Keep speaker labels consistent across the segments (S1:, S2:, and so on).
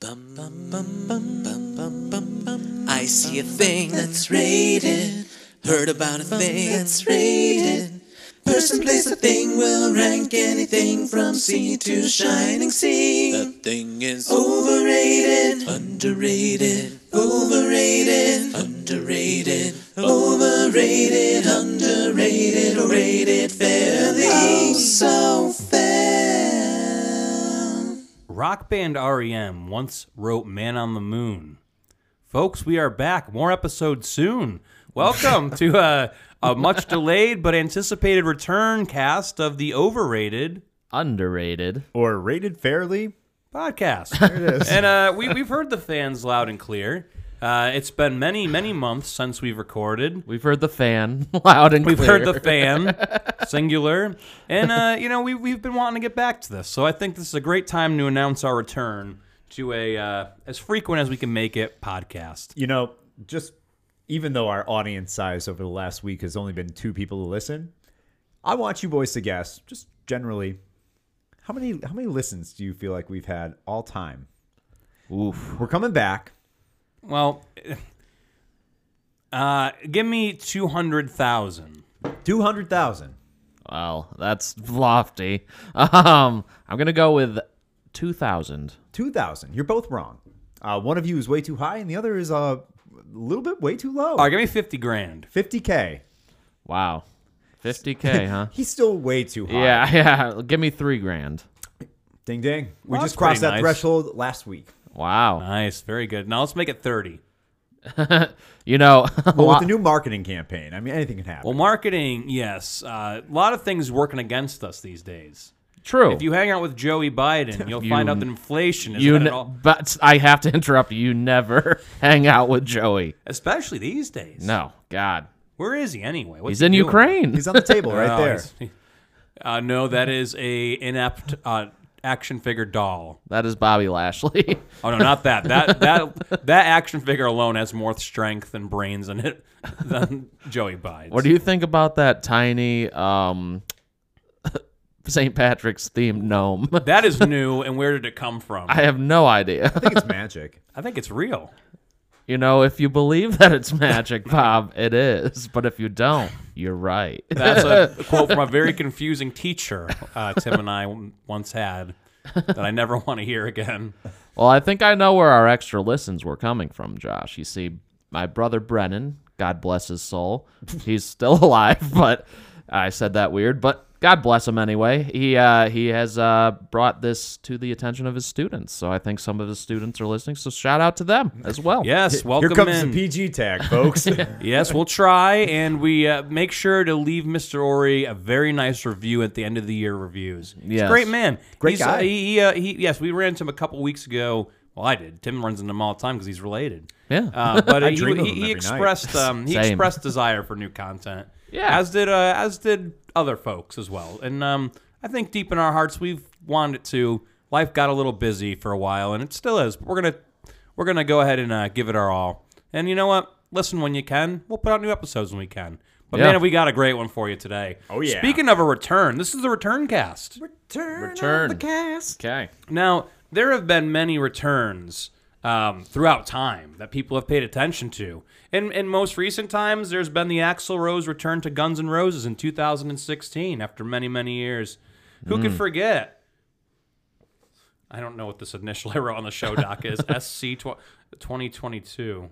S1: Bum, bum, bum, bum, bum, bum, bum, bum. I see a thing that's rated. Heard about a thing that's rated. Person, place, a thing will rank anything from C to shining C. That thing is overrated, underrated, overrated, underrated, overrated, underrated, or rated fairly. Oh, so fair.
S2: Rock band REM once wrote Man on the Moon. Folks, we are back. More episodes soon. Welcome to a, a much delayed but anticipated return cast of the Overrated
S3: Underrated.
S4: Or rated fairly?
S2: podcast. And uh, we, we've heard the fans loud and clear. Uh, it's been many, many months since we've recorded.
S3: We've heard the fan loud and
S2: We've
S3: clear.
S2: heard the fan, singular. And, uh, you know, we, we've been wanting to get back to this. So I think this is a great time to announce our return to a uh, as frequent as we can make it podcast.
S4: You know, just even though our audience size over the last week has only been two people to listen, I want you boys to guess, just generally, how many how many listens do you feel like we've had all time?
S3: Oof.
S4: We're coming back.
S2: Well, uh, give me 200,000.
S4: Two hundred thousand.
S3: Well, that's lofty. Um, I'm gonna go with two thousand.
S4: Two thousand. You're both wrong. Uh, one of you is way too high and the other is uh, a little bit way too
S2: All right,
S4: low.
S2: give me 50 grand.
S4: Fifty K.
S3: Wow. Fifty K, huh?
S4: He's still way too high.
S3: yeah, yeah. Give me three grand.
S4: Ding ding. We
S2: Well, that's
S4: just crossed
S2: pretty
S4: that
S2: nice.
S4: threshold last week.
S3: Wow.
S2: Nice, very good. Now let's make it 30.
S3: You know, a
S4: Well, with
S3: lot-
S4: the new marketing campaign, I mean anything can happen.
S2: Well, marketing, yes. Uh, a lot of things working against us these days.
S3: true.
S2: If you hang out with Joey Biden, you'll
S3: You-
S2: find out that inflation is
S3: you
S2: at
S3: ne-
S2: all,
S3: but I have to interrupt you. You never hang out with Joey.
S2: especially these days.
S3: No, God,
S2: Where is he anyway? What's
S3: he's
S2: he
S3: in
S2: doing?
S3: Ukraine.
S4: He's on the table right
S2: Oh,
S4: there.
S2: he's- Uh, no, that is a inept uh, action figure doll.
S3: that is Bobby Lashley.
S2: Oh no, not that. That that that action figure alone has more strength and brains in it than Joey Bides.
S3: What do you think about that tiny um, St. Patrick's themed gnome?
S2: that is new, and where did it come from?
S3: I
S2: I,
S3: have no idea.
S4: I think it's magic.
S2: think it's real.
S3: You know, if you believe that it's magic, Bob, it is. But if you don't, you're right.
S2: That's a quote from a very confusing teacher uh, Tim and I once had that I never want to hear again.
S3: Well, I think I know where our extra listens were coming from, Josh. You see, my brother Brennan, God bless his soul, he's still alive, but I said that weird, but God bless him anyway. He uh, he has uh, brought this to the attention of his students, so I think some of his students are listening. So shout out to them as well.
S2: Yes, welcome
S4: Here comes
S2: in.
S4: the PG tag, folks.
S2: Yes, we'll try, and we uh, make sure to leave Mr. Ori a very nice review at the end of the year reviews. He's a
S3: Yes.
S2: great man.
S4: Great
S2: he's,
S4: guy.
S2: Uh, he, he, uh, he, yes, we ran into him a couple weeks ago. Well, I did. Tim runs into him all the time because he's related.
S3: Yeah.
S2: uh, but
S4: I
S2: he,
S4: dream of
S2: he-
S4: him
S2: he
S4: every night.
S2: expressed um, he
S3: Same.
S2: expressed desire for new content.
S3: Yeah.
S2: as did uh, as did other folks as well. And um, I think deep in our hearts, we've wanted it to. Life got a little busy for a while, and it still is. But we're gonna we're gonna go ahead and uh, give it our all. And you know what? Listen when you can. We'll put out new episodes when we can. But
S3: Yeah.
S2: man, have we got a great one for you today.
S4: Oh, yeah.
S2: Speaking of a return, this is the return cast.
S3: Return. Okay.
S2: Now, there have been many returns um, throughout time that people have paid attention to. In, in most recent times, there's been the Axl Rose return to Guns N' Roses in 2016 after many, many years. Who could forget? I don't know what this initial I wrote on the show doc is. SC tw- 2022.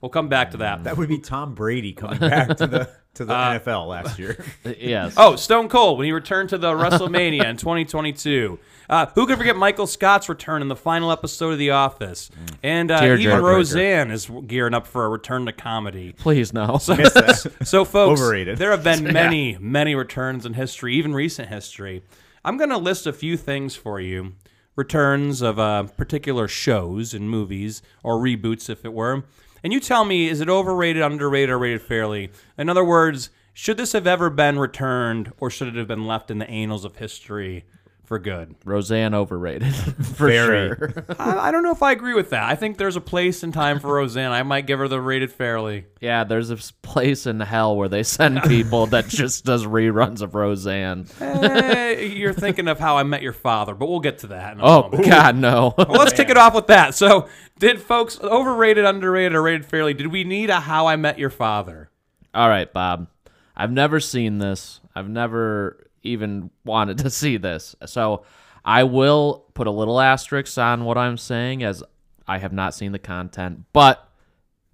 S2: We'll come back to that.
S4: that would be Tom Brady coming back to the to
S3: Uh,
S4: the NFL last year.
S3: Yes.
S2: Oh, Stone Cold when he returned to the WrestleMania in 2022. Uh, who could forget Michael Scott's return in the final episode of The Office? And uh,
S3: Tear
S2: even
S3: jerker.
S2: Roseanne is gearing up for a return to comedy.
S3: Please no.
S4: Missed that.
S2: So, folks,
S4: Overrated.
S2: there have been many, many returns in history, even recent history. I'm going to list a few things for you returns of uh, particular shows and movies, or reboots, if it were. And you tell me, is it overrated, underrated, or rated fairly? In other words, should this have ever been returned, or should it have been left in the annals of history for for good.
S3: Roseanne overrated for
S4: Very.
S3: sure.
S2: I, I don't know if I agree with that. I think there's a place and time for Roseanne. I might give her the rated fairly.
S3: Yeah, there's this place in hell where they send people that just does reruns of Roseanne.
S2: Eh, you're thinking of how I met your father, but we'll get to that. In a
S3: Oh
S2: moment.
S3: God, no.
S2: Well, let's kick it off with that. So, did folks overrated, underrated, or rated fairly? Did we need a How I Met Your Father?
S3: All right, Bob. I've never seen this. I've never even wanted to see this. So I will put a little asterisk on what I'm saying as I have not seen the content. But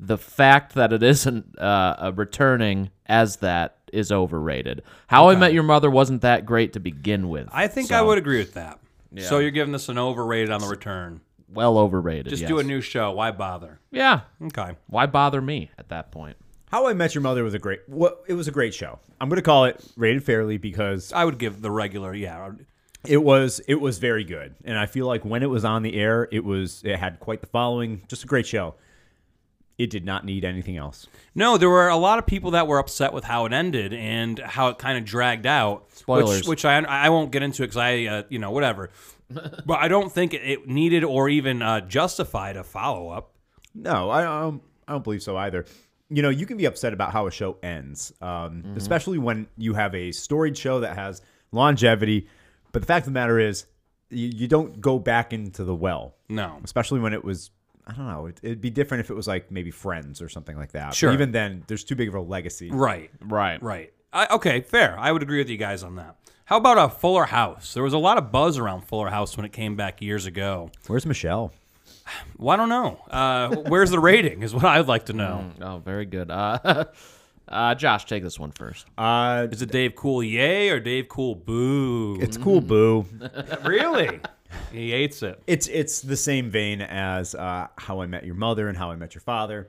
S3: the fact that it isn't uh, uh, returning as that is overrated. How I Met Your Mother wasn't that great to begin with.
S2: I think I
S3: So,
S2: would agree with that. So you're giving this an overrated on the return.
S3: well overrated.
S2: Just
S3: yes.
S2: do a new show. Why bother?
S3: Yeah.
S2: Okay.
S3: Why bother me at that point?
S4: How I Met Your Mother was a great. What it was a great show. I'm gonna call it rated fairly because
S2: I would give the regular. Yeah.
S4: it was it was very good, and I feel like when it was on the air, it was it had quite the following. Just a great show. It did not need anything else.
S2: No, there were a lot of people that were upset with how it ended and how it kind of dragged out.
S3: Spoilers.
S2: Which, which I I won't get into because I uh, you know whatever. but I don't think it needed or even uh, justified a follow up.
S4: No, I um, I don't believe so either. You know, you can be upset about how a show ends, um,
S2: Mm-hmm.
S4: especially when you have a storied show that has longevity. But the fact of the matter is, you, you don't go back into the well,
S2: No.
S4: especially when it was. I don't know. It, it'd be different if it was like maybe Friends or something like that. But
S2: Sure.
S4: even then, there's too big of a legacy.
S2: Right.
S3: Right.
S2: Right. I, okay, fair. I would agree with you guys on that. How about a Fuller House? There was a lot of buzz around Fuller House when it came back years ago.
S4: Where's Michelle?
S2: Well, I don't know. Uh, where's the rating? Is what I'd like to know.
S3: Oh, very good. Uh, uh, Josh, take this one first.
S4: Uh,
S2: Is it Dave Cool Yay or Dave Cool Boo?
S4: it's cool, boo.
S2: really? He hates it.
S4: it's it's the same vein as uh, how I met your mother and how I met your father.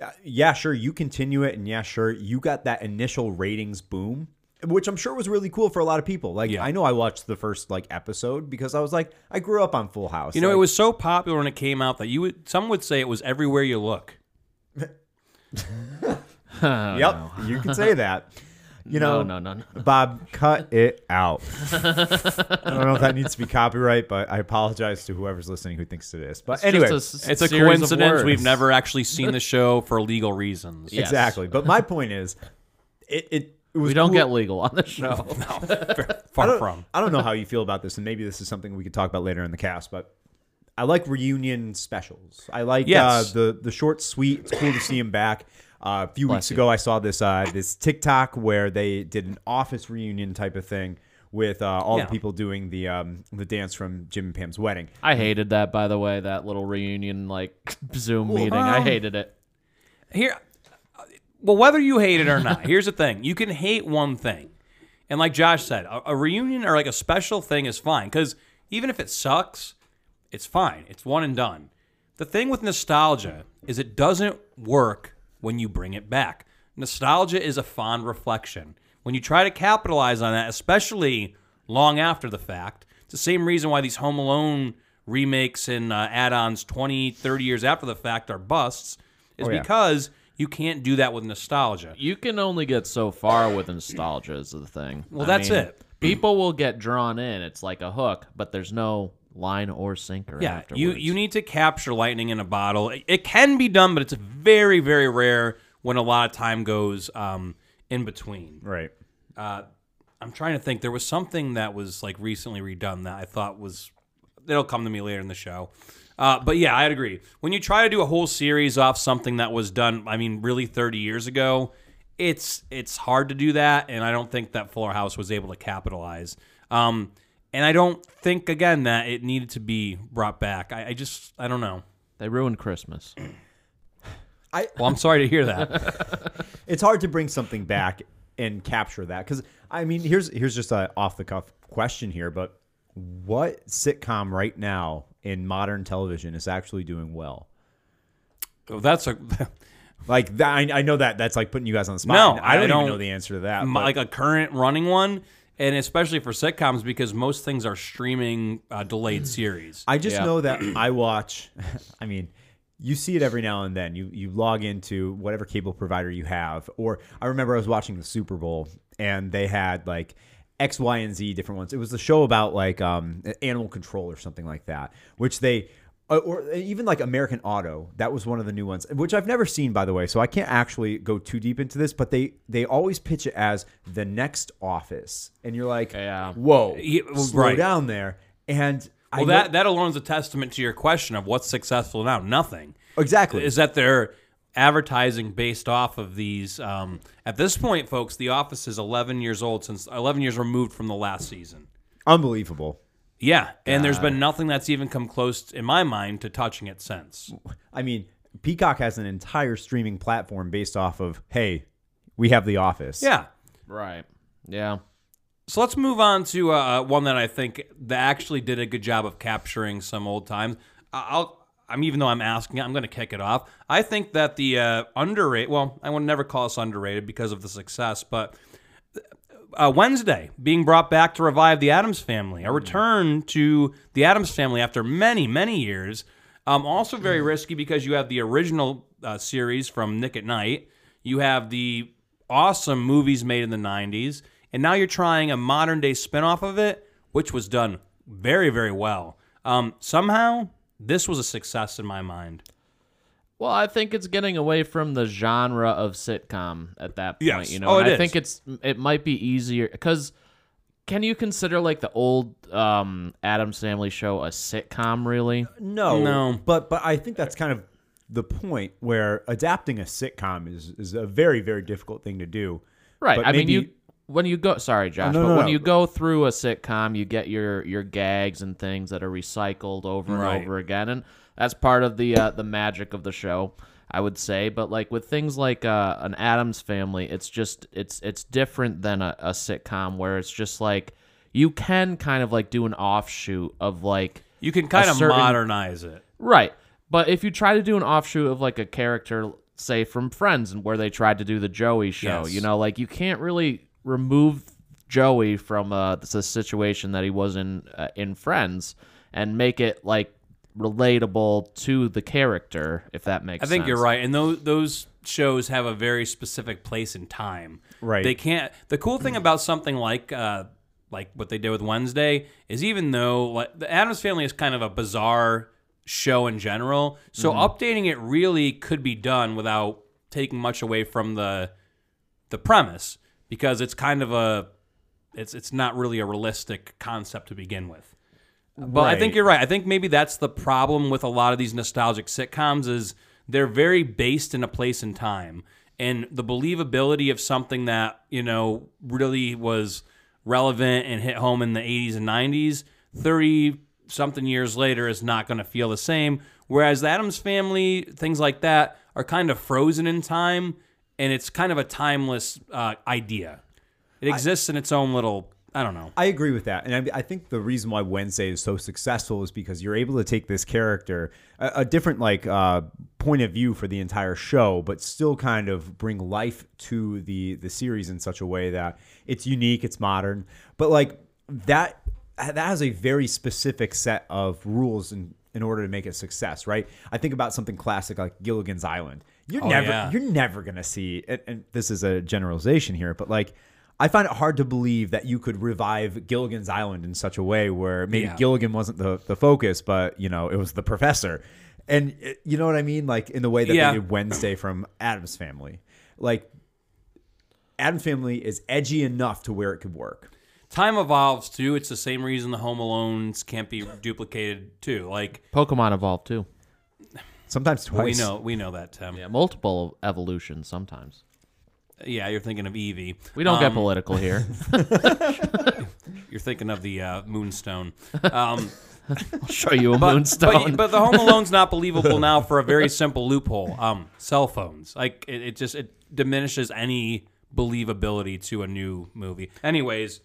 S4: Uh, yeah, sure, you continue it, and yeah, sure, you got that initial ratings boom, which I'm sure was really cool for a lot of people. Like,
S2: Yeah.
S4: I know I watched the first like episode because I was like, I grew up on Full House.
S2: You know,
S4: Like,
S2: it was so popular when it came out that you would some would say it was everywhere you look.
S4: Yep, you can say that. You know,
S3: Oh, no, no, no, no.
S4: Bob, cut it out. I don't know if that needs to be copyright, but I apologize to whoever's listening who thinks it is. But anyway,
S2: It's a coincidence we've never actually seen the show for legal reasons.
S3: Yeah. Yes.
S4: exactly. But my point is, it it, it was
S3: We don't
S4: cool-
S3: get legal on the show.
S2: Far from.
S4: I don't know how you feel about this, and maybe this is something we could talk about later in the cast, but I like reunion specials. I like
S2: Yes.
S4: uh, the the short, sweet. It's cool to see him back. Uh, a few
S3: Bless
S4: weeks ago, I saw this uh, this TikTok where they did an office reunion type of thing with uh, all
S2: Yeah.
S4: the people doing the um, the dance from Jim and Pam's wedding.
S3: I hated that, by the way, that little reunion like Zoom meeting.
S2: um,
S3: I hated it.
S2: here well whether you hate it or not here's the thing you can hate one thing and like josh said a, a reunion or like a special thing is fine because even if it sucks it's fine it's one and done the thing with nostalgia is it doesn't work when you bring it back nostalgia is a fond reflection when you try to capitalize on that especially long after the fact it's the same reason why these home alone remakes and uh, add-ons 20 30 years after the fact are busts is
S4: Oh, yeah.
S2: because you can't do that with nostalgia.
S3: You can only get so far with nostalgia is the thing.
S2: Well, that's it.
S3: People will get drawn in. It's like a hook, but there's no line or sinker
S2: Yeah,
S3: afterwards.
S2: you you need to capture lightning in a bottle. It, it can be done, but it's very very rare when a lot of time goes um, in between.
S4: Right.
S2: I'm trying to think. There was something that was like recently redone that I thought was. It'll come to me later in the show. Uh, but yeah, I'd agree. When you try to do a whole series off something that was done, I mean, really 30 years ago, it's it's hard to do that, and I don't think that Fuller House was able to capitalize. Um, and I don't think again that it needed to be brought back. I, I just I don't know.
S3: They ruined Christmas.
S2: Well, I'm sorry to hear that.
S4: it's hard to bring something back and capture that because I mean, here's here's just a off the cuff question here, but what sitcom right now in modern television is actually doing well?
S2: That's a
S4: Like that, I, I know that that's like putting you guys on the spot.
S2: No,
S4: and I don't,
S2: I don't-
S4: even know the answer to that.
S2: m-
S4: but
S2: like a current running one, and especially for sitcoms because most things are streaming uh, delayed series.
S4: I just
S3: Yeah.
S4: know that I watch. I mean, you see it every now and then. You you log into whatever cable provider you have, or I remember I was watching the Super Bowl and they had like X, Y, and Z different ones. It was a show about like um, animal control or something like that, which they or- or uh, even like American Auto. That was one of the new ones, which I've never seen by the way, so I can't actually go too deep into this. But they they always pitch it as the next Office, and you're like,
S3: Yeah.
S4: whoa,
S2: Yeah, well,
S4: slow
S2: right.
S4: down there. And I
S2: Well,
S4: know-
S2: that that alone is a testament to your question of what's successful now. Nothing
S4: exactly
S2: is that they're advertising based off of these. Um, at this point, folks, The Office is 11 years old since 11 years removed from the last season.
S4: unbelievable.
S2: Yeah, and there's been nothing that's even come close, in my mind, to touching it since.
S4: I mean, Peacock has an entire streaming platform based off of hey, we have The Office.
S2: Yeah.
S3: Right. Yeah.
S2: So let's move on to uh, one that I think that actually did a good job of capturing some old times. I- I'll, I'm even though I'm asking, it, I'm going to kick it off. I think that the uh, underrated, well, I would never call us underrated because of the success, but uh, Wednesday being brought back to revive the Adams family,
S3: Mm.
S2: a return to the Adams family after many, many years. Um, also
S3: Mm.
S2: very risky because you have the original uh, series from Nick at Night, you have the awesome movies made in the 90s, and now you're trying a modern day spinoff of it, which was done very, very well. Um, somehow, this was a success in my mind.
S3: Well, I think it's getting away from the genre of sitcom at that point.
S2: Yes.
S3: You know,
S2: Oh,
S3: and
S2: it
S3: I
S2: is.
S3: think it's it might be easier because can you consider like the old um, Adam Family show a sitcom? Really?
S4: No,
S2: No.
S4: But but I think that's kind of the point where adapting a sitcom is is a very very difficult thing to do.
S3: Right.
S4: But
S3: I
S4: maybe-
S3: mean, you when you go sorry, Josh,
S4: no,
S3: but
S4: no,
S3: when
S4: no.
S3: you go through a sitcom, you get your your gags and things that are recycled over
S2: Right.
S3: and over again, and that's part of the uh, the magic of the show, I would say. But like with things like uh, an Adams Family, it's just it's it's different than a, a sitcom where it's just like you can kind of like do an offshoot of like
S2: You can kind
S3: A
S2: of
S3: certain-
S2: modernize it.
S3: Right. But if you try to do an offshoot of like a character, say from Friends, and where they tried to do the Joey show,
S2: Yes.
S3: you know, like you can't really remove Joey from uh, the situation that he was in uh, in Friends and make it like relatable to the character, if that makes
S2: I
S3: sense.
S2: think you're right, and those those shows have a very specific place and time.
S4: Right.
S2: They can't. The cool thing about something like uh, like what they did with Wednesday is even though like, the Adams Family is kind of a bizarre show in general, so updating it really could be done without taking much away from the the premise because it's kind of a it's it's not really a realistic concept to begin with. But I think
S4: Right.
S2: you're right. I think maybe that's the problem with a lot of these nostalgic sitcoms is they're very based in a place and time. And the believability of something that, you know, really was relevant and hit home in the 80s and 90s, 30 something years later is not going to feel the same. Whereas the Adams family, things like that, are kind of frozen in time and it's kind of a timeless uh, idea. It exists in its own little, I don't know.
S4: I agree with that, and I, I think the reason why Wednesday is so successful is because you're able to take this character a, a different like uh, point of view for the entire show, but still kind of bring life to the the series in such a way that it's unique, it's modern, but like that that has a very specific set of rules in in order to make it success, right? I think about something classic like Gilligan's Island. You're never
S2: yeah.
S4: you're never gonna see, and, and this is a generalization here, but like. I find it hard to believe that you could revive Gilligan's Island in such a way where maybe
S2: Yeah.
S4: Gilligan wasn't the, the focus, but you know it was the professor, and it- you know what I mean, like in the way that
S2: Yeah.
S4: they did Wednesday from Adam's Family, like Adam's Family is edgy enough to where it could work.
S2: time evolves too. It's the same reason the Home Alones can't be duplicated too. Like
S3: Pokemon evolved too.
S4: Sometimes
S2: we
S4: twice.
S2: know, we know that Tim. Yeah,
S3: Yeah, multiple evolutions sometimes.
S2: you're thinking of Eevee.
S3: We don't get
S2: Um,
S3: political here.
S2: You're thinking of the uh, Moonstone. Um,
S3: I'll show you a
S2: but,
S3: moonstone.
S2: But, but the Home Alone's not believable now for a very simple loophole. Um, cell phones. Like it, it just it diminishes any believability to a new movie. Anyways,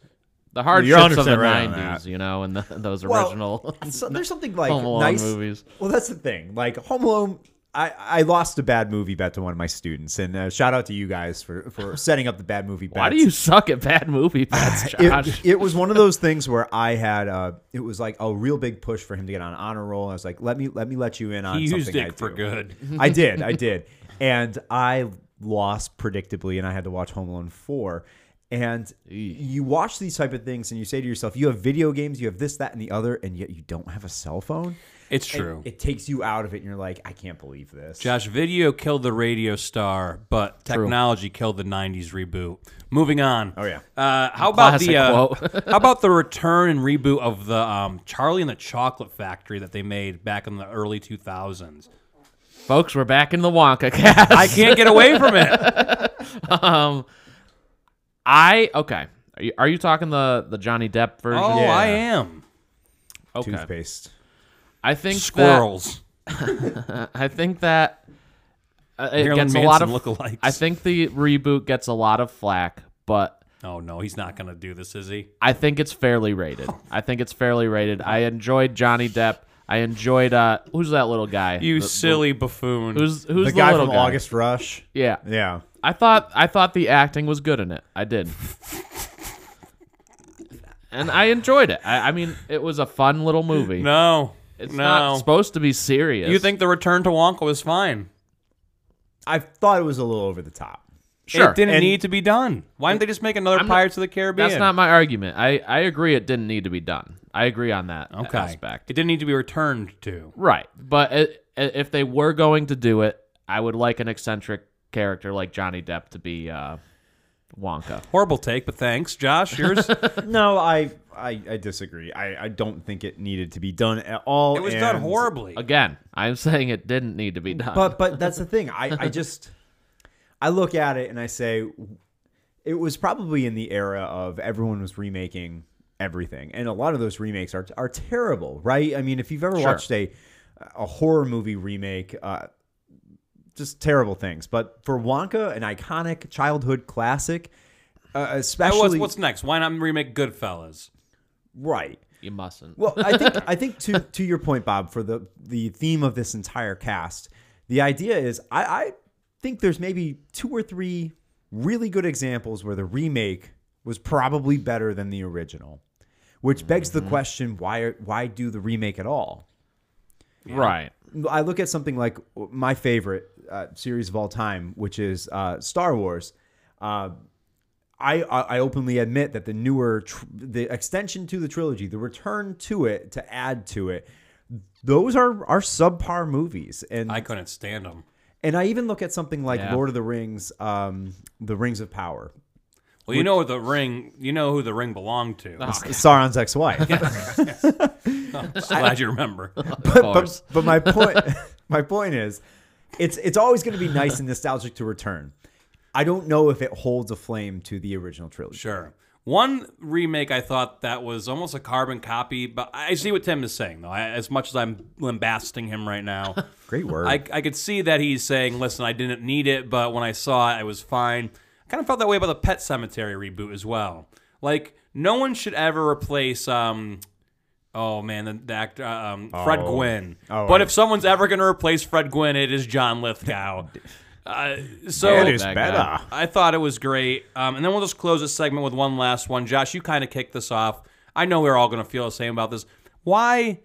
S3: the hardships of the
S4: 100% right on that.
S3: '90s, you know, and the, those
S4: Well,
S3: original.
S4: so there's something like
S3: Home Alone
S4: nice
S3: movies.
S4: Well, that's the thing. Like Home Alone, I, I lost a bad movie bet to one of my students, and uh, shout out to you guys for for setting up the bad movie. Bets.
S3: Why do you suck at bad movie bets, Josh?
S4: it, it was one of those things where I had uh, it was like a real big push for him to get on honor roll. And I was like, let me let me let you in on
S2: he
S4: something
S2: used
S4: I
S2: it for
S4: do.
S2: good.
S4: I did, I did, and I lost predictably, and I had to watch Home Alone four. And you watch these type of things and you say to yourself, you have video games, you have this, that, and the other, and yet you don't have a cell phone.
S2: It's
S4: And
S2: true.
S4: It takes you out of it and you're like, I can't believe this.
S2: Josh, video killed the radio star, but technology killed the '90s reboot. Moving on.
S4: Oh, yeah.
S2: Uh, how about the
S3: Classic
S2: uh,
S3: quote.
S2: how about the return and reboot of the um, Charlie and the Chocolate Factory that they made back in the early 2000s?
S3: Folks, we're back in the Wonka cast.
S2: I can't get away from it.
S3: I okay. Are you, are you talking the the Johnny Depp version?
S2: Oh,
S4: Yeah.
S2: I am.
S3: okay.
S4: Toothpaste.
S3: I think
S2: Squirrels.
S3: That, I think that uh, it
S2: Marilyn
S3: gets a lot
S2: Manson
S3: of
S2: lookalikes.
S3: I think the reboot gets a lot of flack, but
S2: Oh no, he's not gonna do this, is he?
S3: I think it's fairly rated. I think it's fairly rated. I enjoyed Johnny Depp. I enjoyed uh who's that little guy?
S2: You
S3: The-
S2: silly buffoon.
S3: who's who's
S4: The
S3: the,
S4: guy
S3: little
S4: from
S3: guy?
S4: August Rush.
S3: Yeah.
S4: Yeah.
S3: I thought I thought the acting was good in it. I did. and I enjoyed it. I, I mean, it was a fun little movie.
S2: no,
S3: it's
S2: no.
S3: not supposed to be serious.
S2: you think the return to Wonka was fine?
S4: I thought it was a little over the top.
S3: sure.
S2: It didn't
S4: And-
S2: need to be done. Why didn't they just make another
S3: I'm not-
S2: Pirates of the Caribbean?
S3: That's not my argument. I, I agree it didn't need to be done. I agree on that
S2: okay.
S3: aspect.
S2: It didn't need to be returned to.
S3: Right. But it, i- if they were going to do it, I would like an eccentric character like Johnny Depp to be uh, Wonka.
S2: Horrible take, but thanks, Josh. Yours. it
S4: No, I I, I disagree. I, I don't think it needed to be done at all.
S2: was done
S4: and-
S2: horribly.
S3: Again, I'm saying it didn't need to be done.
S4: But but that's the thing. I, I just I look at it and I say it was probably in the era of everyone was remaking everything, and a lot of those remakes are are terrible, right? I mean, if you've ever watched a a horror movie remake, uh, just terrible things. But for Wonka, an iconic childhood classic, uh,
S2: That was,
S4: especially
S2: what's next? Why not remake Goodfellas?
S4: right.
S3: you mustn't.
S4: Well, I think I think to to your point, Bob, for the the theme of this entire cast, the idea is I, I think there's maybe two or three really good examples where the remake was probably better than the original, which begs the question: why why do the remake at all?
S3: Right.
S4: I look at something like my favorite uh, series of all time, which is uh, Star Wars. Uh, I, I I openly admit that the newer, tr- the extension to the trilogy, the return to it, to add to it, those are are subpar movies. And
S2: I couldn't stand them.
S4: and I even look at something like
S3: Yeah.
S4: Lord of the Rings, um, the Rings of Power,
S2: Well, you know the ring. You know who the ring belonged to. I'm
S4: Sauron's ex-wife.
S2: glad you remember.
S3: Of course.
S4: but, but my point my point is it's it's always going to be nice and nostalgic to return i don't know if it holds a flame to the original trilogy
S2: Sure. One remake I thought that was almost a carbon copy, but I see what Tim is saying though. I, as much as I'm lambasting him right now,
S4: great word
S2: I, I could see that he's saying, "Listen, I didn't need it, but when I saw it, I was fine." I kind of felt that way about the Pet Cemetery reboot as well. Like, no one should ever replace, um, oh man, the, the actor um, Fred Gwynn.
S4: Oh,
S2: but
S4: I-
S2: if someone's ever going to replace Fred Gwynn, it is John Lithgow. uh, so
S4: It is
S3: that
S4: better
S3: guy.
S2: I thought it was great. Um, and then we'll just close this segment with one last one. Josh, you kind of kicked this off. I know we're all going to feel the same about this. Why,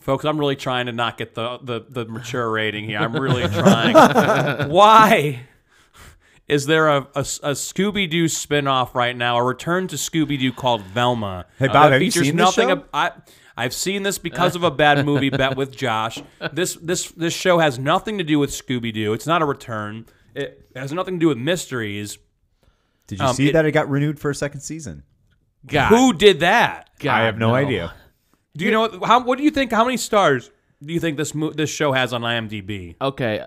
S2: folks? I'm really trying to not get the the, the mature rating here. I'm really trying. Why is there a, a, a Scooby Doo spinoff right now? A return to Scooby Doo called Velma. Uh,
S4: Hey, Bob,
S2: that
S4: have you
S2: features
S4: seen this
S2: nothing.
S4: show?
S2: ab- I, I've seen this because of a bad movie bet with Josh. This this this show has nothing to do with Scooby Doo. It's not a return. It has nothing to do with mysteries.
S4: did you
S2: um,
S4: see
S2: it-
S4: that it got renewed for a second season
S3: God,
S2: Who did that?
S3: God,
S4: i have no, idea
S2: Do you know how? What do you think? How many stars do you think this mo- this show has on IMDb?
S3: Okay.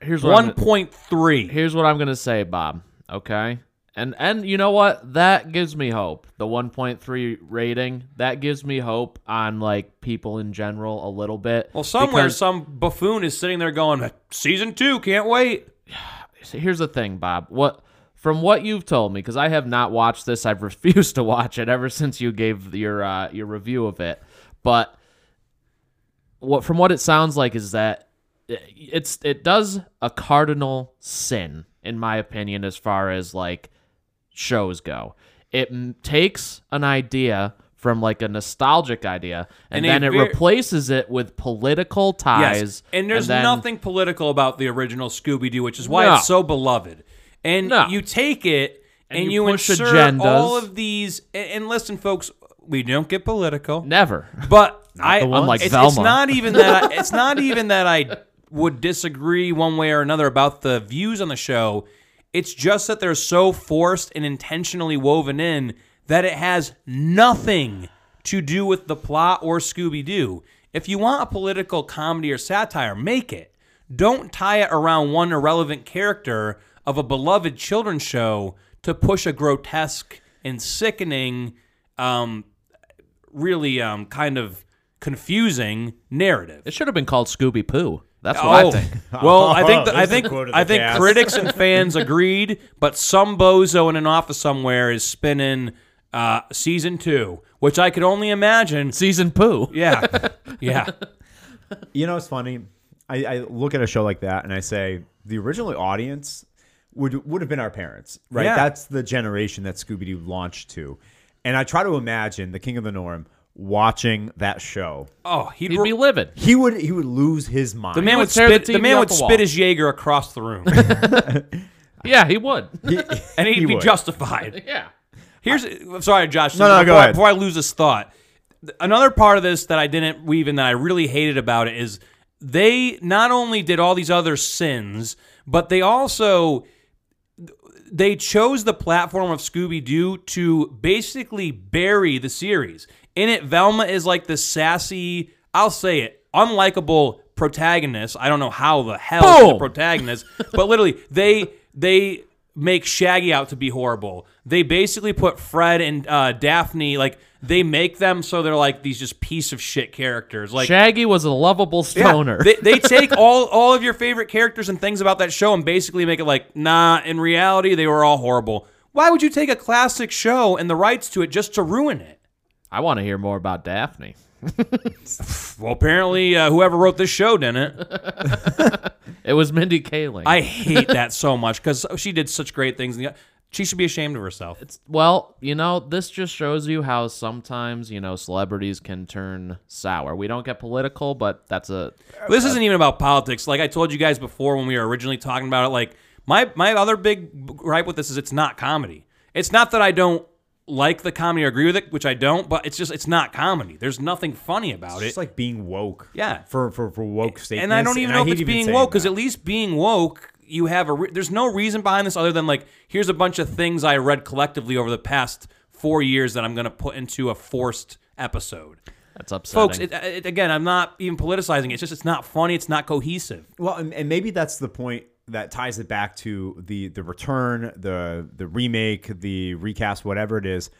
S3: Here's what I'm
S2: One
S3: gonna-
S2: point three.
S3: here's what I'm gonna say, Bob. Okay, and and you know what? That gives me hope. The 1.3 rating that gives me hope on like people in general a little bit.
S2: Well, somewhere
S3: Because-
S2: some buffoon is sitting there going, "Season two, can't wait."
S3: so here's the thing, Bob. What from what you've told me, because I have not watched this, I've refused to watch it ever since you gave your uh, your review of it. But what from what it sounds like is that i- it's it does a cardinal sin, in my opinion, as far as like shows go. It m- takes an idea from like a nostalgic idea,
S2: And
S3: and,
S2: a
S3: then it
S2: ver-
S3: replaces it with political ties.
S2: Yes, and there's
S3: then-
S2: nothing political about the original Scooby Doo, which is why
S3: No.
S2: it's so beloved. and
S3: No.
S2: you take it and,
S3: And
S2: you,
S3: you push
S2: insert
S3: agendas.
S2: all of these. And, and listen, folks, we don't get political.
S3: Never.
S2: But I,
S4: the ones. Unlike
S2: it's, it's
S3: Velma.
S2: not even that. I, it's not even that I would disagree one way or another about the views on the show. It's just that they're so forced and intentionally woven in that it has nothing to do with the plot or Scooby Doo. If you want a political comedy or satire, make it. Don't tie it around one irrelevant character of a beloved children's show to push a grotesque and sickening um, really um, kind of confusing narrative.
S3: It should have been called Scooby Poo. That's what I
S2: Oh,
S3: think.
S2: well, I think the, I
S4: There's the
S2: think
S4: quote of the
S2: I think
S4: cast.
S2: critics and fans agreed, but some bozo in an office somewhere is spinning uh, season two, which I could only imagine.
S3: Season Poo.
S2: Yeah, yeah,
S4: You know, it's funny. I, I look at a show like that and I say the original audience would would have been our parents, right?
S2: Yeah.
S4: That's the generation that Scooby Doo launched to, and I try to imagine the King of the Norm watching that show.
S2: Oh, he'd,
S3: He'd be
S2: ro-
S3: livid.
S4: He would he would lose his mind.
S2: the man
S3: would
S2: would
S3: tear the
S2: spit. The,
S3: TV
S2: man
S3: off
S2: would
S3: the
S2: spit
S3: wall.
S2: his Jaeger across the room,
S3: Yeah, he would.
S2: and he'd
S4: He
S2: be
S4: would.
S2: justified.
S3: yeah.
S2: Here's I'm sorry, Josh.
S4: No, no,
S2: before,
S4: go
S2: I-
S4: ahead.
S2: Before I lose this thought, th- another part of this that I didn't weave in that I really hated about it is they not only did all these other sins, but they also they chose the platform of Scooby Doo to basically bury the series. In it, Velma is like the sassy, I'll say it, unlikable protagonist. I don't know how the hell she's the
S3: Boom.
S2: protagonist, but literally they they make Shaggy out to be horrible. They basically put Fred and uh, Daphne like they make them so they're like these just piece of shit characters. Like
S3: Shaggy was a lovable stoner.
S2: they, they take all all of your favorite characters and things about that show and basically make it like, nah, in reality, they were all horrible. Why would you take a classic show and the rights to it just to ruin it?
S3: I want to hear more about Daphne.
S2: Well, apparently, uh, whoever wrote this show didn't.
S3: It was Mindy Kaling.
S2: I hate that so much because she did such great things. She should be ashamed of herself.
S3: well, you know, this just shows you how sometimes, you know, celebrities can turn sour. We don't get political, but that's a
S2: This isn't even about politics. Like I told you guys before when we were originally talking about it, like my my other big gripe with this is it's not comedy. It's not that I don't like the comedy or agree with it, which I don't, but it's just it's not comedy. There's nothing funny about
S4: It's
S2: it.
S4: like being woke.
S2: Yeah.
S4: For for, for woke statements.
S2: and I don't even know if
S4: hate
S2: it's being
S4: saying
S2: woke because
S4: that.
S2: at least being woke, you have a re- there's no reason behind this other than like here's a bunch of things I read collectively over the past 4 years that I'm going to put into a forced episode.
S3: that's upsetting.
S2: Folks, it, it, again, I'm not even politicizing. it. It's just it's not funny. It's not cohesive.
S4: Well, and, and maybe that's the point that ties it back to the the return, the the remake, the recast, whatever it is.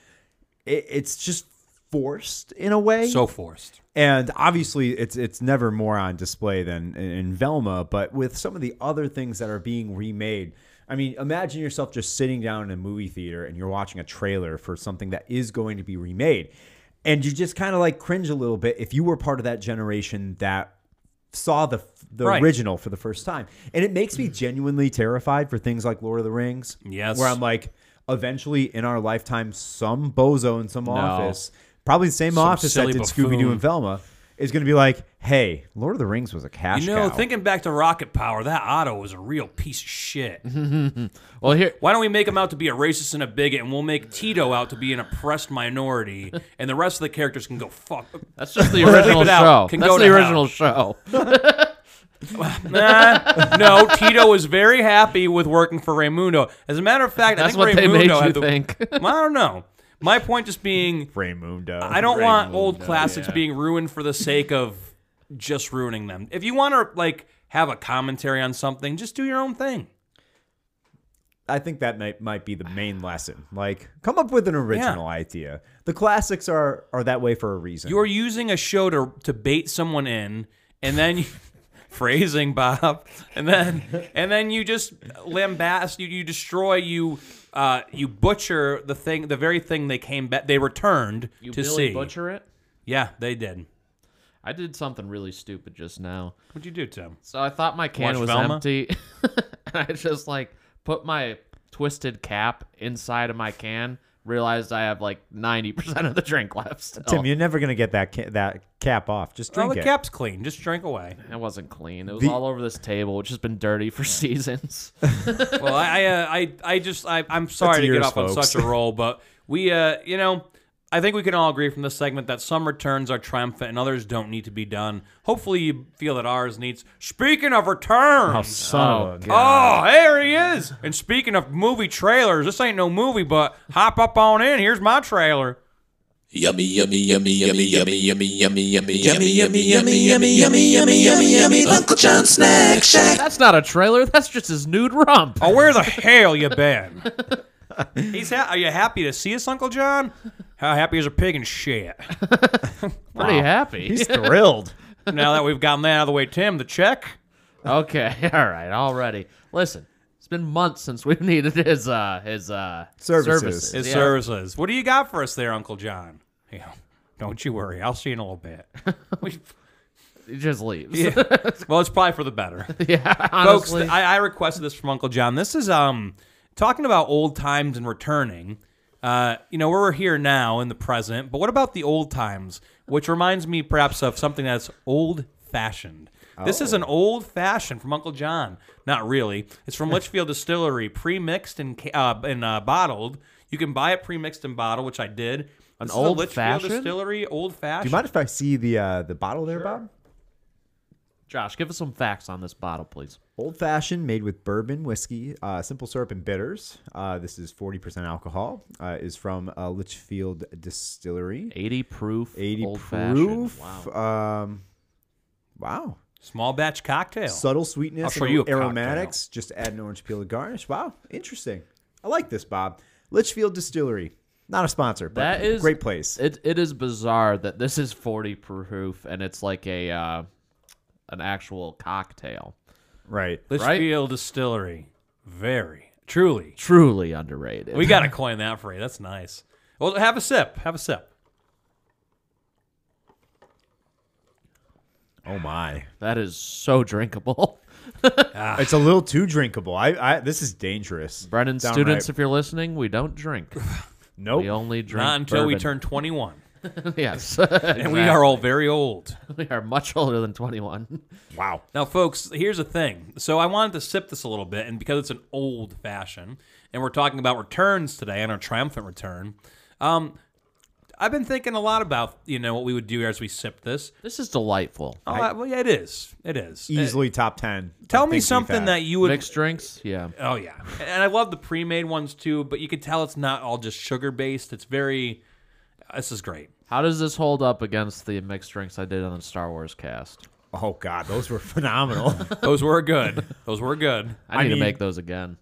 S4: It, it's just forced in a way.
S2: So forced.
S4: and obviously, it's it's never more on display than in, in Velma. But with some of the other things that are being remade. I mean, imagine yourself just sitting down in a movie theater and you're watching a trailer for something that is going to be remade. And you just kind of like cringe a little bit if you were part of that generation that saw the the
S2: Right.
S4: original for the first time, and it makes me genuinely terrified for things like Lord of the Rings.
S2: Yes.
S4: where I'm like, eventually in our lifetime, some bozo in some office, probably the same office that
S2: silly
S4: did
S2: buffoon.
S4: Scooby Doo and Velma, is going to be like, hey, Lord of the Rings was a cash
S2: You know,
S4: cow.
S2: thinking back to Rocket Power, that Otto was a real piece of shit.
S3: well, here
S2: Why don't we make him out to be a racist and a bigot, and we'll make Tito out to be an oppressed minority, and the rest of the characters can go fuck.
S3: that's just the original
S2: it out.
S3: show.
S2: Can go
S3: That's
S2: to
S3: the
S2: hell.
S3: original show.
S2: Nah, no, Tito was very happy with working for Raimundo. As a matter of fact,
S3: That's
S2: I
S3: what
S2: think
S3: they
S2: Raimundo
S3: made you
S2: had the,
S3: think.
S2: I don't know. My point just being,
S4: Raymundo.
S2: I don't want old classics being ruined for the sake of just ruining them. If you want to like have a commentary on something, just do your own thing.
S4: I think that might, might be the main lesson. Like, come up with an original idea. The classics are are that way for a reason.
S2: You're using a show to to bait someone in, and then you, phrasing Bob, and then and then you just lambast, you you destroy, you uh you butcher the thing, the very thing they came back, they returned
S3: You
S2: to
S3: Billy
S2: see.
S3: Butcher it?
S2: Yeah, they did.
S3: I did something really stupid just now.
S2: What'd you do, Tim?
S3: So I thought my can
S2: Watch
S3: was
S2: Velma?
S3: empty, and I just like put my twisted cap inside of my can, realized I have like 90% of the drink left. Still.
S4: Tim, you're never gonna get that ca- that cap off. Just
S2: Oh,
S4: drink
S2: the
S4: it.
S2: cap's clean. Just drink away.
S3: It wasn't clean. It was
S4: The-
S3: all over this table, which has been dirty for seasons.
S2: well, I, I, uh, I, I just, I, I'm sorry
S4: That's
S2: to get
S4: yours,
S2: off on
S4: folks.
S2: such a roll, but we, uh, you know, I think we can all agree from this segment that some returns are triumphant and others don't need to be done. Hopefully, you feel that ours needs. Speaking of returns,
S4: Son of a-
S2: oh, there he is. And speaking of movie trailers, this ain't no movie, but hop up on in. Here's my trailer.
S1: Yummy, yummy, yummy, yummy, yummy, yummy, yummy, yummy, yummy, yummy, yummy, yummy, yummy, yummy, yummy, yummy, Uncle John Snack Shack.
S3: That's not a trailer. That's just his nude rump.
S2: Oh, where the hell you been? He's ha- are you happy to see us, Uncle John? How happy is a pig in shit?
S3: Pretty happy.
S4: He's thrilled.
S2: now that we've gotten that out of the way, Tim, the check.
S3: okay. All right. Already. Listen, it's been months since we've needed his uh his uh
S4: Services.
S2: His
S3: yeah.
S2: services. What do you got for us there, Uncle John? Yeah, don't you worry. I'll see you in a little bit. We-
S3: He just leaves.
S2: yeah. Well, it's probably for the better.
S3: Yeah,
S2: Folks,
S3: honestly.
S2: th- I, I requested this from Uncle John. This is um talking about old times and returning. Uh, you know, we're here now in the present, but what about the old times? Which reminds me perhaps of something that's old fashioned. This is an old fashioned from Uncle John. Not really. It's from Litchfield Distillery, pre mixed and, ca- uh, and uh, bottled. You can buy it pre mixed and bottled, which I did. An
S3: old
S2: Litchfield
S3: fashioned?
S2: Distillery old
S4: Do
S2: fashioned.
S4: you mind if I see the uh, the bottle there, Bob?
S3: Josh, give us some facts on this bottle, please.
S4: Old fashioned, made with bourbon, whiskey, uh, simple syrup, and bitters. Uh, this is 40% alcohol. Uh, is from uh, Litchfield Distillery.
S3: 80 proof.
S4: 80
S3: old
S4: proof.
S3: Wow.
S4: Um, wow.
S2: Small batch cocktail.
S4: Subtle sweetness.
S2: I'll show
S4: and
S2: you a
S4: aromatics. Just add an orange peel to garnish. Wow, interesting. I like this, Bob. Litchfield Distillery. Not a sponsor, but
S3: That is
S4: great place.
S3: It it is bizarre that this is 40 proof and it's like a uh an actual cocktail.
S4: right.
S2: Litchfield Distillery. Very, truly.
S3: Truly underrated.
S2: We got to coin that for you. That's nice. Well, have a sip. Have a sip.
S4: Oh my.
S3: that is so drinkable.
S4: It's a little too drinkable. I, I this is dangerous.
S3: Ah. Brennan,
S4: Downright.
S3: students, if you're listening, we don't drink.
S4: Nope.
S3: We only drink.
S2: Not until we
S3: bourbon.
S2: turn 21.
S3: yes.
S2: And we are all very old.
S3: we are much older than 21.
S4: Wow.
S2: Now, folks, here's the thing. So I wanted to sip this a little bit, and because it's an old fashioned, and we're talking about returns today and our triumphant return, um, I've been thinking a lot about you know what we would do as we sip this.
S3: This is delightful.
S2: Oh, I- well, yeah, it is. It is.
S3: Eh.
S4: Easily top ten.
S2: Uh, tell
S4: of
S2: me
S4: things we've
S2: something
S4: had.
S2: that you would
S3: Mixed drinks, yeah.
S2: Oh yeah, and I love the pre-made ones too. But you can tell it's not all just sugar based. It's very. This is great.
S3: How does this hold up against the mixed drinks I did on the Star Wars cast?
S4: Oh God, those were phenomenal.
S2: Those were good. Those were good.
S3: I
S4: I
S3: need
S4: mean-
S3: to make those again.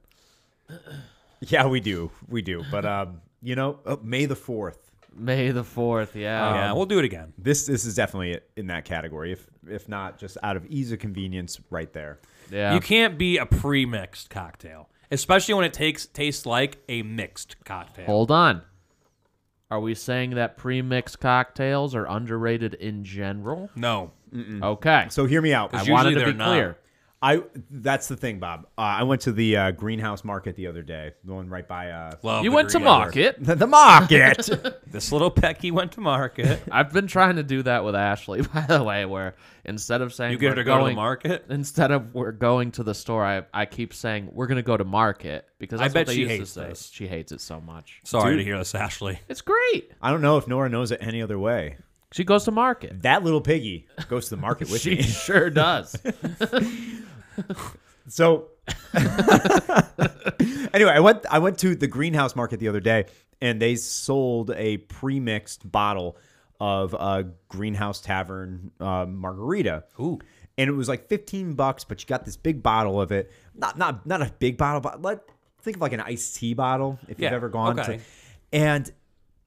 S4: yeah, we do, we do. But um, you know, oh, May the Fourth.
S3: May the 4th, yeah.
S2: Yeah, we'll do it again.
S4: This this is definitely in that category. If if not, just out of ease of convenience, right there.
S3: Yeah.
S2: You can't be a pre-mixed cocktail, especially when it takes tastes like a mixed cocktail.
S3: Hold on. Are we saying that pre-mixed cocktails are underrated in general?
S2: No,
S3: Okay.
S4: So hear me out.
S3: I
S2: Hmm. usually
S3: wanted to
S2: they're
S3: be
S2: not.
S3: clear.
S4: I that's the thing, Bob. Uh, I went to the uh, greenhouse market the other day, the one right by uh,
S2: love.
S3: You
S2: the
S3: went to
S2: green color.
S3: market.
S4: the market.
S2: This little pecky went to market.
S3: I've been trying to do that with Ashley, by the way, where instead of saying
S2: You get her
S3: we're
S2: to go to
S3: going,
S2: the market.
S3: instead of we're going to the store, I, I keep saying we're gonna go to market because
S2: I
S3: that's
S2: bet
S3: what they
S2: she
S3: used
S2: hates
S3: to say.
S2: this.
S3: She hates it so much.
S2: Sorry
S4: Dude.
S2: to hear this, Ashley.
S3: It's great.
S4: I don't know if Nora knows it any other way.
S3: She goes to market.
S4: That little piggy goes to the market with
S3: She
S4: me.
S3: sure does.
S4: So anyway, I went I went to the greenhouse market the other day and they sold a pre-mixed bottle of uh, greenhouse tavern uh, margarita. Ooh. And it was like 15 bucks, but you got this big bottle of it. Not not not a big bottle, but like think of like an iced tea bottle if
S2: Yeah,
S4: you've ever gone
S2: okay.
S4: to and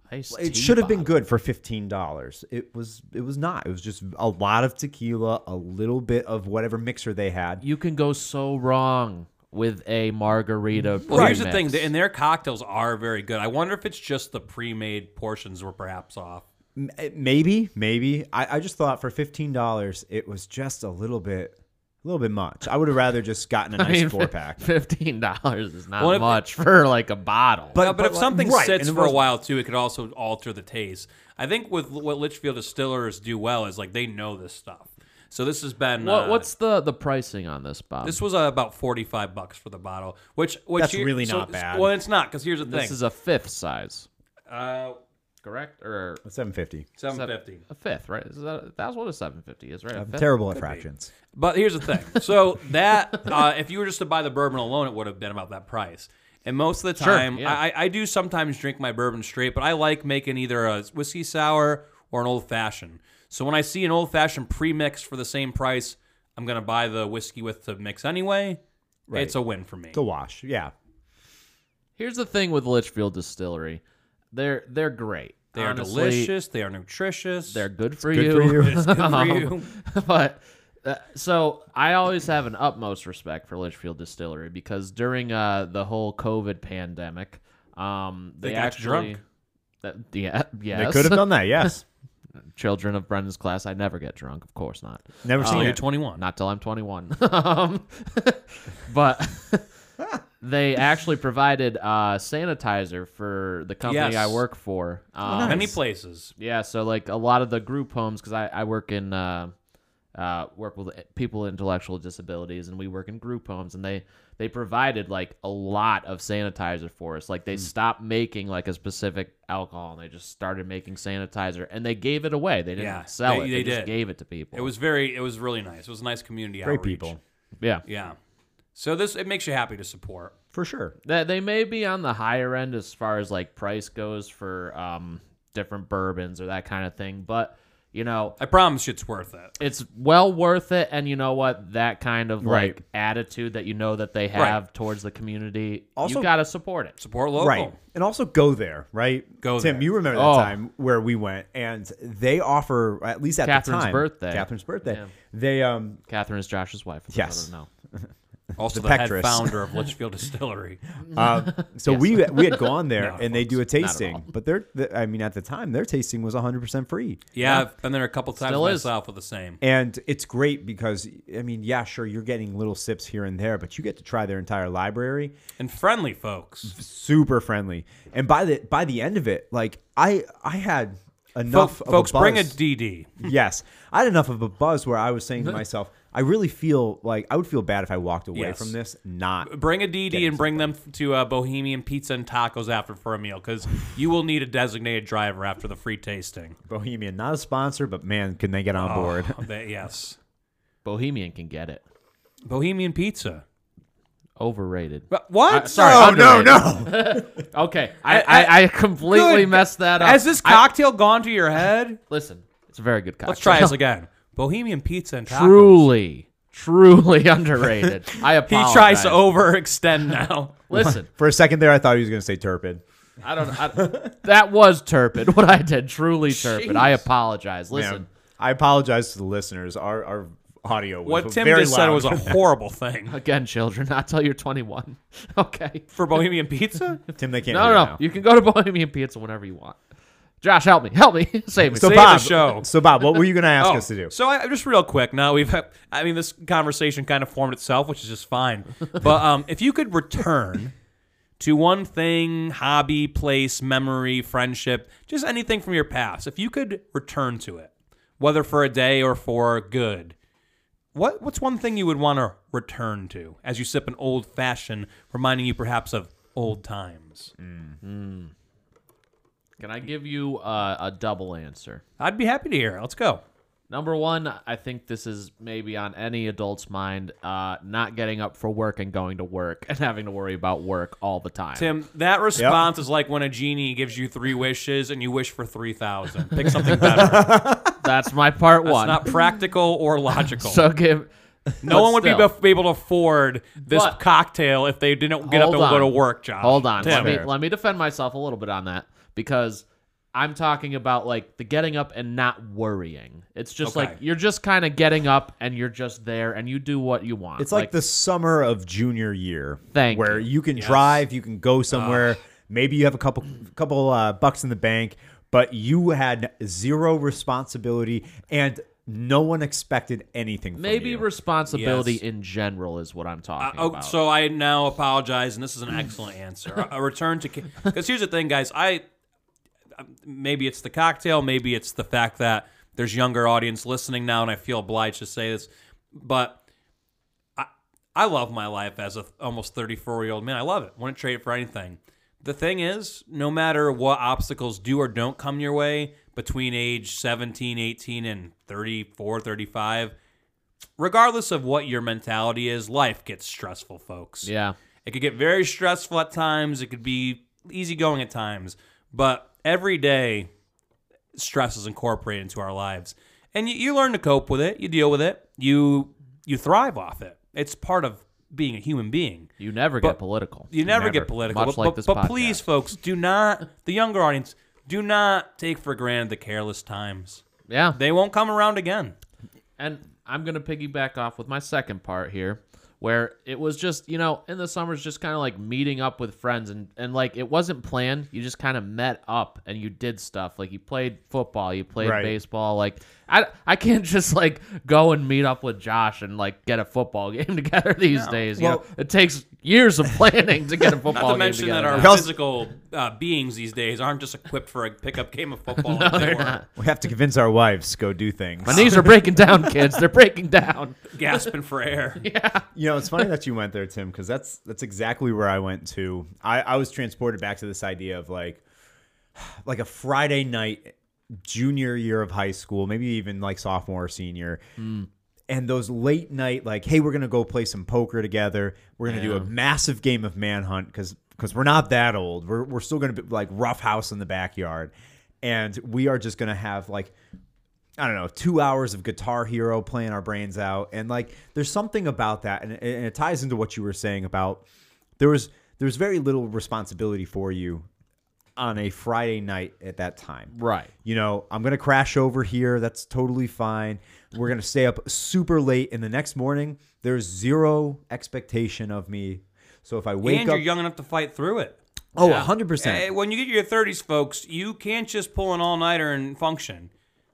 S3: Iced
S4: it
S3: tea
S4: should have been
S3: bottle.
S4: good for fifteen dollars. It was. It was not. It was just a lot of tequila, a little bit of whatever mixer they had.
S3: You can go so wrong with a margarita.
S2: Well, here's the thing,
S3: premix.
S2: th- and their cocktails are very good. I wonder if it's just the pre-made portions were perhaps off.
S4: M- Maybe, maybe. I, I just thought for fifteen dollars, it was just a little bit, a little bit much. I would have rather just gotten a nice four pack.
S3: fifteen dollars is not
S2: Well, if-
S3: much for like a bottle.
S2: But, but, if
S4: like-
S2: something
S4: right,
S2: sits
S4: and
S2: for a
S4: most-
S2: while too, it could also alter the taste. I think with l- what Litchfield distillers do well is like they know this stuff. So this has been
S3: what,
S2: uh,
S3: what's the the pricing on this, Bob?
S2: this was uh, about forty five bucks for the bottle, which which
S4: That's
S2: you-
S4: really
S2: so-
S4: not bad.
S2: Well, it's not because here's the
S3: This
S2: thing:
S3: is a fifth size,
S2: uh,
S3: correct? Or
S4: Seven fifty.
S2: seven fifty.
S3: a fifth, right? Is that, that's what a seven fifty is, right? A
S4: I'm
S3: fifth?
S4: terrible at fractions.
S2: But here's the thing: so that uh, if you were just to buy the bourbon alone, it would have been about that price. And most of the
S3: Sure,
S2: time,
S3: yeah.
S2: I, I do sometimes drink my bourbon straight, but I like making either a whiskey sour or an old fashioned. So when I see an old fashioned pre mix for the same price, I'm gonna buy the whiskey with the mix anyway. It's a win for me.
S4: The wash. Yeah.
S3: Here's the thing with Litchfield Distillery, they're they're great.
S2: They are
S3: Honestly,
S2: delicious. They are nutritious.
S3: They're good for
S4: Good
S3: you.
S4: for you.
S2: It's good for you.
S3: but uh, so I always have an utmost respect for Litchfield Distillery because during uh, the whole COVID pandemic, um, they,
S2: They got you
S3: actually,
S2: drunk.
S3: That- yeah,
S4: They
S3: yes.
S4: could have done that. Yes.
S3: Children of Brendan's class, I never get drunk. Of course not.
S4: Never
S2: So
S3: Oh,
S4: seen
S2: you're
S4: it.
S2: 21.
S3: Not till I'm 21. um, but they actually provided uh, sanitizer for the company
S2: Yes. Oh,
S3: I work for. Um,
S2: Many places.
S3: yeah, so like a lot of the group homes, because I, I work in uh, uh, work with people with intellectual disabilities, and we work in group homes, and they they provided like a lot of sanitizer for us. Like they
S2: Hmm.
S3: stopped making like a specific alcohol, and they just started making sanitizer, and they gave it away. They didn't
S2: Yeah,
S3: sell
S2: they-
S3: it;
S2: they
S3: they, just
S2: did.
S3: gave it to people.
S2: It was very. It was really nice. It was a nice community
S4: Great
S2: outreach.
S4: people.
S3: yeah.
S2: Yeah. So this it makes you happy to support.
S4: For sure.
S3: That they may be on the higher end as far as like price goes for um different bourbons or that kind of thing, but you know
S2: I promise you it's worth it.
S3: it's well worth it and you know what that kind of
S4: Right.
S3: like attitude that you know that they have towards the community you
S4: Also-
S3: got to support it
S2: Support local.
S4: Right. And also go there, right?
S2: Go
S4: Tim,
S2: there.
S4: you remember that
S3: Oh.
S4: time where we went and they offer at least at
S3: Catherine's
S4: the time
S3: birthday.
S4: Catherine's birthday.
S3: Yeah.
S4: They um
S3: catherine is josh's wife if
S4: Yes.
S3: i don't know
S2: Also the,
S4: The
S2: head
S4: Pectoris.
S2: founder of Litchfield Distillery.
S4: Um, so we we had gone there
S2: Not
S4: and they do a
S3: all.
S4: tasting, but they're the, I mean at the time their tasting was 100% free.
S2: Yeah, I've been there a couple times
S3: Still is.
S2: myself with the same.
S4: And it's great because I mean, yeah, sure you're getting little sips here and there, but you get to try their entire library.
S2: And friendly folks.
S4: Super friendly. And by the by the end of it, like I I had enough
S2: Folk-
S4: of
S2: folks,
S4: a buzz.
S2: bring a DD.
S4: yes. I had enough of a buzz where I was saying to myself, I really feel like I would feel bad if I walked away
S2: Uh-huh. Yes.
S4: from this not
S2: Bring a DD and bring them to uh, Bohemian Pizza and Tacos after for a meal because you will need a designated driver after the free tasting.
S4: Bohemian, not a sponsor, but man, can they get on board?
S2: Oh, that- yes.
S3: bohemian can get it
S2: Bohemian Pizza. Uh,
S3: overrated
S2: But What?
S3: sorry
S4: Oh no,
S3: underrated.
S4: no.
S3: okay i i, I completely
S2: Good.
S3: messed that up
S2: Has this
S3: I-
S2: cocktail gone to your head?
S3: listen it's a very good cocktail
S2: Let's try this again. Bohemian Pizza and Tacos.
S3: truly truly underrated i
S2: He
S3: apologize
S2: tries to overextend now.
S3: listen
S4: For a second there I thought he was gonna say turpid.
S3: I don't. I, that was turpid. What I did, truly turpid. I apologize. Listen,
S4: Ma'am, I apologize to the listeners. Our our audio was
S2: What Tim
S4: very
S2: just
S4: loud.
S2: said was a horrible thing.
S3: again, children, not till you're 21. Okay.
S2: For Bohemian Pizza?
S4: Tim. They can't.
S3: No,
S4: hear
S3: no,
S4: it
S3: no.
S4: now.
S3: You can go to Bohemian Pizza whenever you want. Josh, help me. Help me. Save me.
S4: So
S2: Save the
S4: Bob,
S2: show.
S4: so Bob, what were you going to ask us to do?
S2: Oh. So I, just real quick. Now we've, I mean, this conversation kind of formed itself, which is just fine. But um, if you could return to one thing, hobby, place, memory, friendship, just anything from your past, if you could return to it, whether for a day or for good, what what's one thing you would want to return to as you sip an old fashioned, reminding you perhaps of old times?
S4: Mm.
S3: Can I give you uh, a double answer?
S2: I'd be happy to hear. it. Let's go.
S3: Number one, I think this is maybe on any adult's mind uh, not getting up for work and going to work and having to worry about work all the time.
S2: Tim, that response is like when a genie gives you three wishes and you wish for 3,000. Pick something better.
S3: That's my part
S2: It's
S3: one.
S2: not practical or logical.
S3: so give.
S2: no one would be,
S3: still.
S2: bef- be able to afford this
S3: But-
S2: cocktail if they didn't get up and
S3: Hold
S2: go to
S3: on.
S2: work, Josh.
S3: Hold on.
S2: Tim,
S3: Let me, let me defend myself a little bit on that because I'm talking about like the getting up and not worrying. It's just
S2: Okay.
S3: like you're just kind of getting up and you're just there and you do what you want.
S4: It's like, the summer of junior year,
S3: Thank
S4: where
S3: you.
S4: you, can drive, you can go somewhere. Maybe you have a couple couple uh, bucks in the bank, but you had zero responsibility and no one expected anything from
S3: Maybe
S4: you.
S3: responsibility
S2: Yes.
S3: in general is what I'm talking
S2: Uh, oh,
S3: about.
S2: so I now apologize, and this is an excellent answer. A- A return to because here's the thing, guys. I um, maybe it's the cocktail, maybe it's the fact that there's younger audience listening now, and I feel obliged to say this, but I I love my life as a th- almost 34 year old man. I love it. Wouldn't trade it for anything. The thing is, no matter what obstacles do or don't come your way between age 17, 18, and 34, 35, regardless of what your mentality is, life gets stressful, folks.
S3: yeah.
S2: It could get very stressful at times. It could be easygoing at times. But every day, stress is incorporated into our lives, and you, you learn to cope with it. You deal with it. You you thrive off it. It's part of being a human being.
S3: You never
S2: But-
S3: get political.
S2: You never,
S4: Never.
S2: get political.
S3: Much
S2: but
S3: like
S2: but-
S3: this
S2: but
S3: podcast.
S2: please, folks, do not the younger audience do not take for granted the careless times.
S3: Yeah.
S2: They won't come around again.
S3: and I'm gonna piggyback off with my second part here, where it was just you know in the summers just kind of like meeting up with friends and and like it wasn't planned. You just kind of met up and you did stuff like you played football, you played
S4: Right.
S3: baseball. Like I I can't just like go and meet up with Josh and like get a football game together these days. you know?
S4: Well-
S3: it takes years of planning to get a
S2: Not
S3: football
S2: to
S3: game
S2: mention that
S3: together.
S2: our
S3: now.
S4: Because-
S2: physical uh, beings these days aren't just equipped for a pickup game of football. like they
S3: they're
S2: were.
S3: not.
S4: We have to convince our wives to go do things.
S3: my knees are breaking down, kids. They're breaking down.
S2: gasping for air.
S4: You know, it's funny that you went there, Tim, because that's that's exactly where I went to. I, I was transported back to this idea of like like a Friday night junior year of high school, maybe even like sophomore or senior. And those late night, like, hey, we're gonna go play some poker together. We're gonna do a massive game of manhunt because because we're not that old. We're we're still gonna be like rough house in the backyard. And we are just gonna have like I don't know, two hours of Guitar Hero playing our brains out, and like, there's something about that, and, and it ties into what you were saying about there was there was very little responsibility for you on a Friday night at that time,
S3: Right.
S4: You know, I'm gonna crash over here. That's totally fine. We're gonna stay up super late, and the next morning there's zero expectation of me. So if I wake
S2: and
S4: up,
S2: you're young enough to fight through it.
S4: oh, 100
S2: Eh,
S4: percent.
S2: When you get to your 30s, folks, you can't just pull an all nighter and function.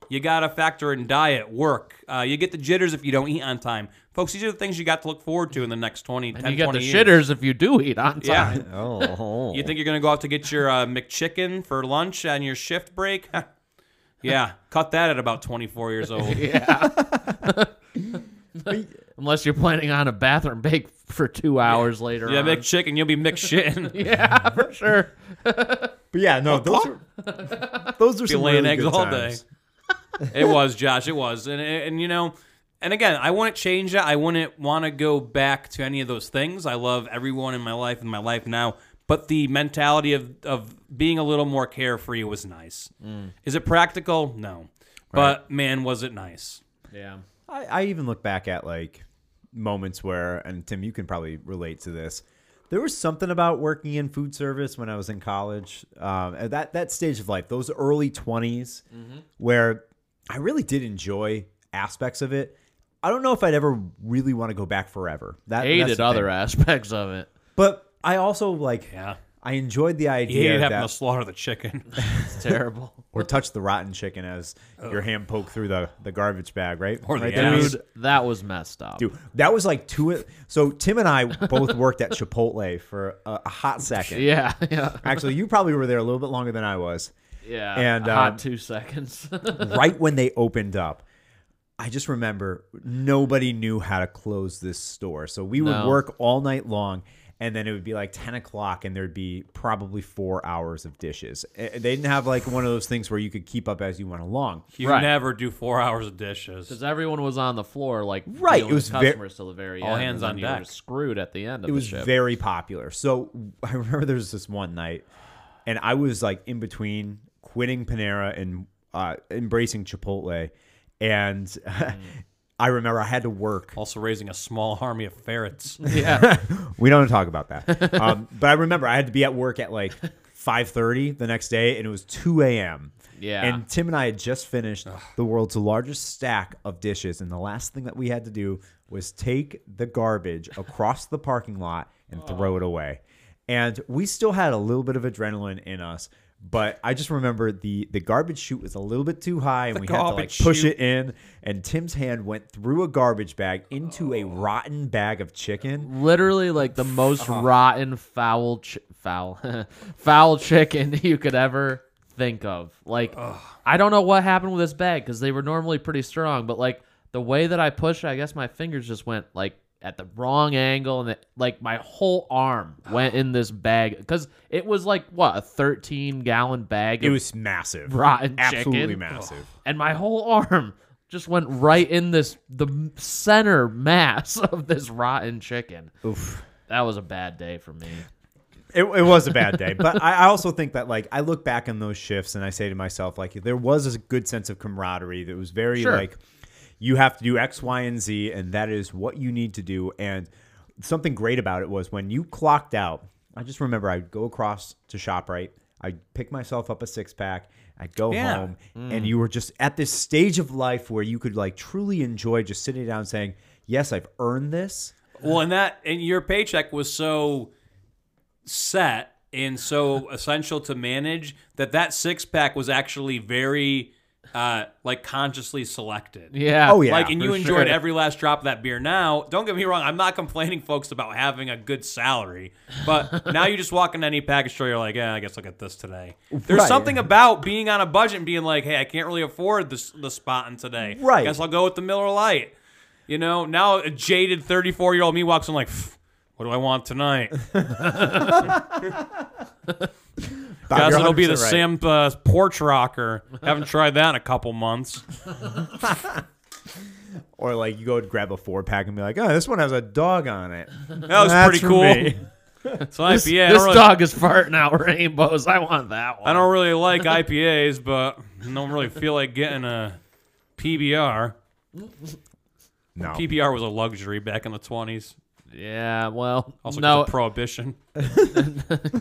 S2: You got to factor in diet, work. Uh, you get the jitters if you don't eat on time. Folks, these are the things you got to look forward to in the next 20, 10,
S3: And you get the
S2: 20 years.
S3: shitters if you do eat on time.
S2: Yeah.
S4: Oh,
S2: You think you're going to go out to get your uh, McChicken for lunch on your shift break? yeah. Cut that at about 24 years old.
S3: Unless you're planning on a bathroom break for two hours later.
S2: Yeah,
S3: on.
S2: McChicken, you'll be McShitting.
S3: yeah, for sure.
S4: but yeah, no, those are those are
S2: be
S4: some
S2: laying
S4: really
S2: eggs
S4: good
S2: all
S4: times.
S2: day. it was Josh. It was, and and you know, and again, I wouldn't change that. I wouldn't want to go back to any of those things. I love everyone in my life and my life now. But the mentality of of being a little more carefree was nice. Is it practical? No. But man, was it nice.
S3: Yeah.
S4: I, I even look back at like moments where, and Tim, you can probably relate to this. There was something about working in food service when I was in college. Um, at that that stage of life, those early 20s
S2: Mm-hmm.
S4: where I really did enjoy aspects of it. I don't know if I'd ever really want to go back forever. That that's
S3: Hated
S4: the
S3: other
S4: thing.
S3: aspects of it.
S4: but I also like.
S2: Yeah.
S4: I enjoyed the
S2: You hated
S4: idea
S2: having to
S4: that,
S2: slaughter the chicken.
S3: It's terrible.
S4: or touch the rotten chicken as your hand poked through the, the garbage bag, right?
S2: Or the
S4: right
S2: ass.
S4: Reese?
S3: Dude, that was messed up.
S4: Dude, that was like two. So Tim and I both worked at Chipotle for a, a hot second.
S3: Yeah, yeah,
S4: Actually, you probably were there a little bit longer than I was.
S3: yeah.
S4: And,
S3: a hot
S4: um,
S3: two seconds.
S4: Right when they opened up, I just remember nobody knew how to close this store. So we would
S3: No.
S4: work all night long, and then it would be like ten o'clock, and there'd be probably four hours of dishes. Eh, They didn't have like one of those things where you could keep up as you went along.
S2: You
S3: Right.
S2: never do four hours of dishes.
S3: Because everyone was on the floor, like
S4: Right,
S3: dealing
S4: it was
S3: with
S4: ver-
S3: customers till the very
S2: All
S3: end.
S2: hands
S3: and
S2: on
S3: then you were
S2: deck.
S3: Screwed at the end of
S4: it was
S3: the ship.
S4: very popular. So I remember there was this one night, and I was like in between quitting Panera and uh, embracing Chipotle, and I remember I had to work.
S2: Also raising a small army of ferrets.
S3: yeah,
S4: We don't talk about that, um, but I remember I had to be at work at like five thirty the next day, and it was two a.m.
S3: Yeah.
S4: and Tim and I had just finished the world's largest stack of dishes, and the last thing that we had to do was take the garbage across the parking lot and throw it away. And we still had a little bit of adrenaline in us, But I just remember the the garbage chute was a little bit too high, and we had to like
S2: garbage
S4: push
S2: chute.
S4: it in. And Tim's hand went through a garbage bag into a rotten bag of chicken.
S3: Literally, like the most rotten foul, ch- foul, foul chicken you could ever think of. Like, I don't know what happened with this bag because they were normally pretty strong, but like the way that I pushed, it, I guess my fingers just went like at the wrong angle, and it, like my whole arm went in this bag because it was like what a thirteen gallon bag.
S4: It
S3: of-
S4: was massive,
S3: Rotten
S4: absolutely
S3: chicken.
S4: massive.
S3: and my whole arm just went right in this the center mass of this rotten chicken.
S4: Oof.
S3: That was a bad day for me.
S4: It, it was a bad day, but I, I also think that like I look back on those shifts and I say to myself like there was a good sense of camaraderie that was very
S3: Sure.
S4: like you have to do X, Y, and Z, and that is what you need to do. And something great about it was when you clocked out. I just remember I'd go across to Shoprite, I'd pick myself up a six pack, I'd go
S2: Yeah.
S4: home,
S3: Mm.
S4: and you were just at this stage of life where you could like truly enjoy just sitting down and saying, "Yes, I've earned this."
S2: Well, and that and your paycheck was so set and so essential to manage that that six pack was actually very uh like consciously selected.
S3: Yeah.
S4: Oh, yeah.
S2: like and you
S3: for
S2: enjoyed
S3: sure.
S2: every last drop of that beer. Now, don't get me wrong, I'm not complaining, folks, about having a good salary, but now you just walk into any package store, you're like, yeah, I guess I'll get this today. There's
S4: Right.
S2: something about being on a budget and being like, hey, I can't really afford this the spotting today.
S4: Right.
S2: Guess I'll go with the Miller Lite. You know, now a jaded 34 year old me walks in like, "Pff, what do I want tonight?
S4: Bob,
S2: Guess
S4: you're
S2: it'll be the
S4: 100% right.
S2: Sam uh, porch rocker. Haven't tried that in a couple months.
S4: Or like you go and grab a four pack and be like, oh, this one has a dog on it.
S2: That was pretty
S4: That's for
S2: cool.
S4: me.
S2: It's an IPA. I
S3: this
S2: don't really-
S3: dog is farting out rainbows. I want that one.
S2: I don't really like IPAs, but I don't really feel like getting a PBR.
S4: No.
S2: PBR was a luxury back in the 20s.
S3: Yeah. Well,
S2: Also, 'cause
S3: no.
S2: of prohibition.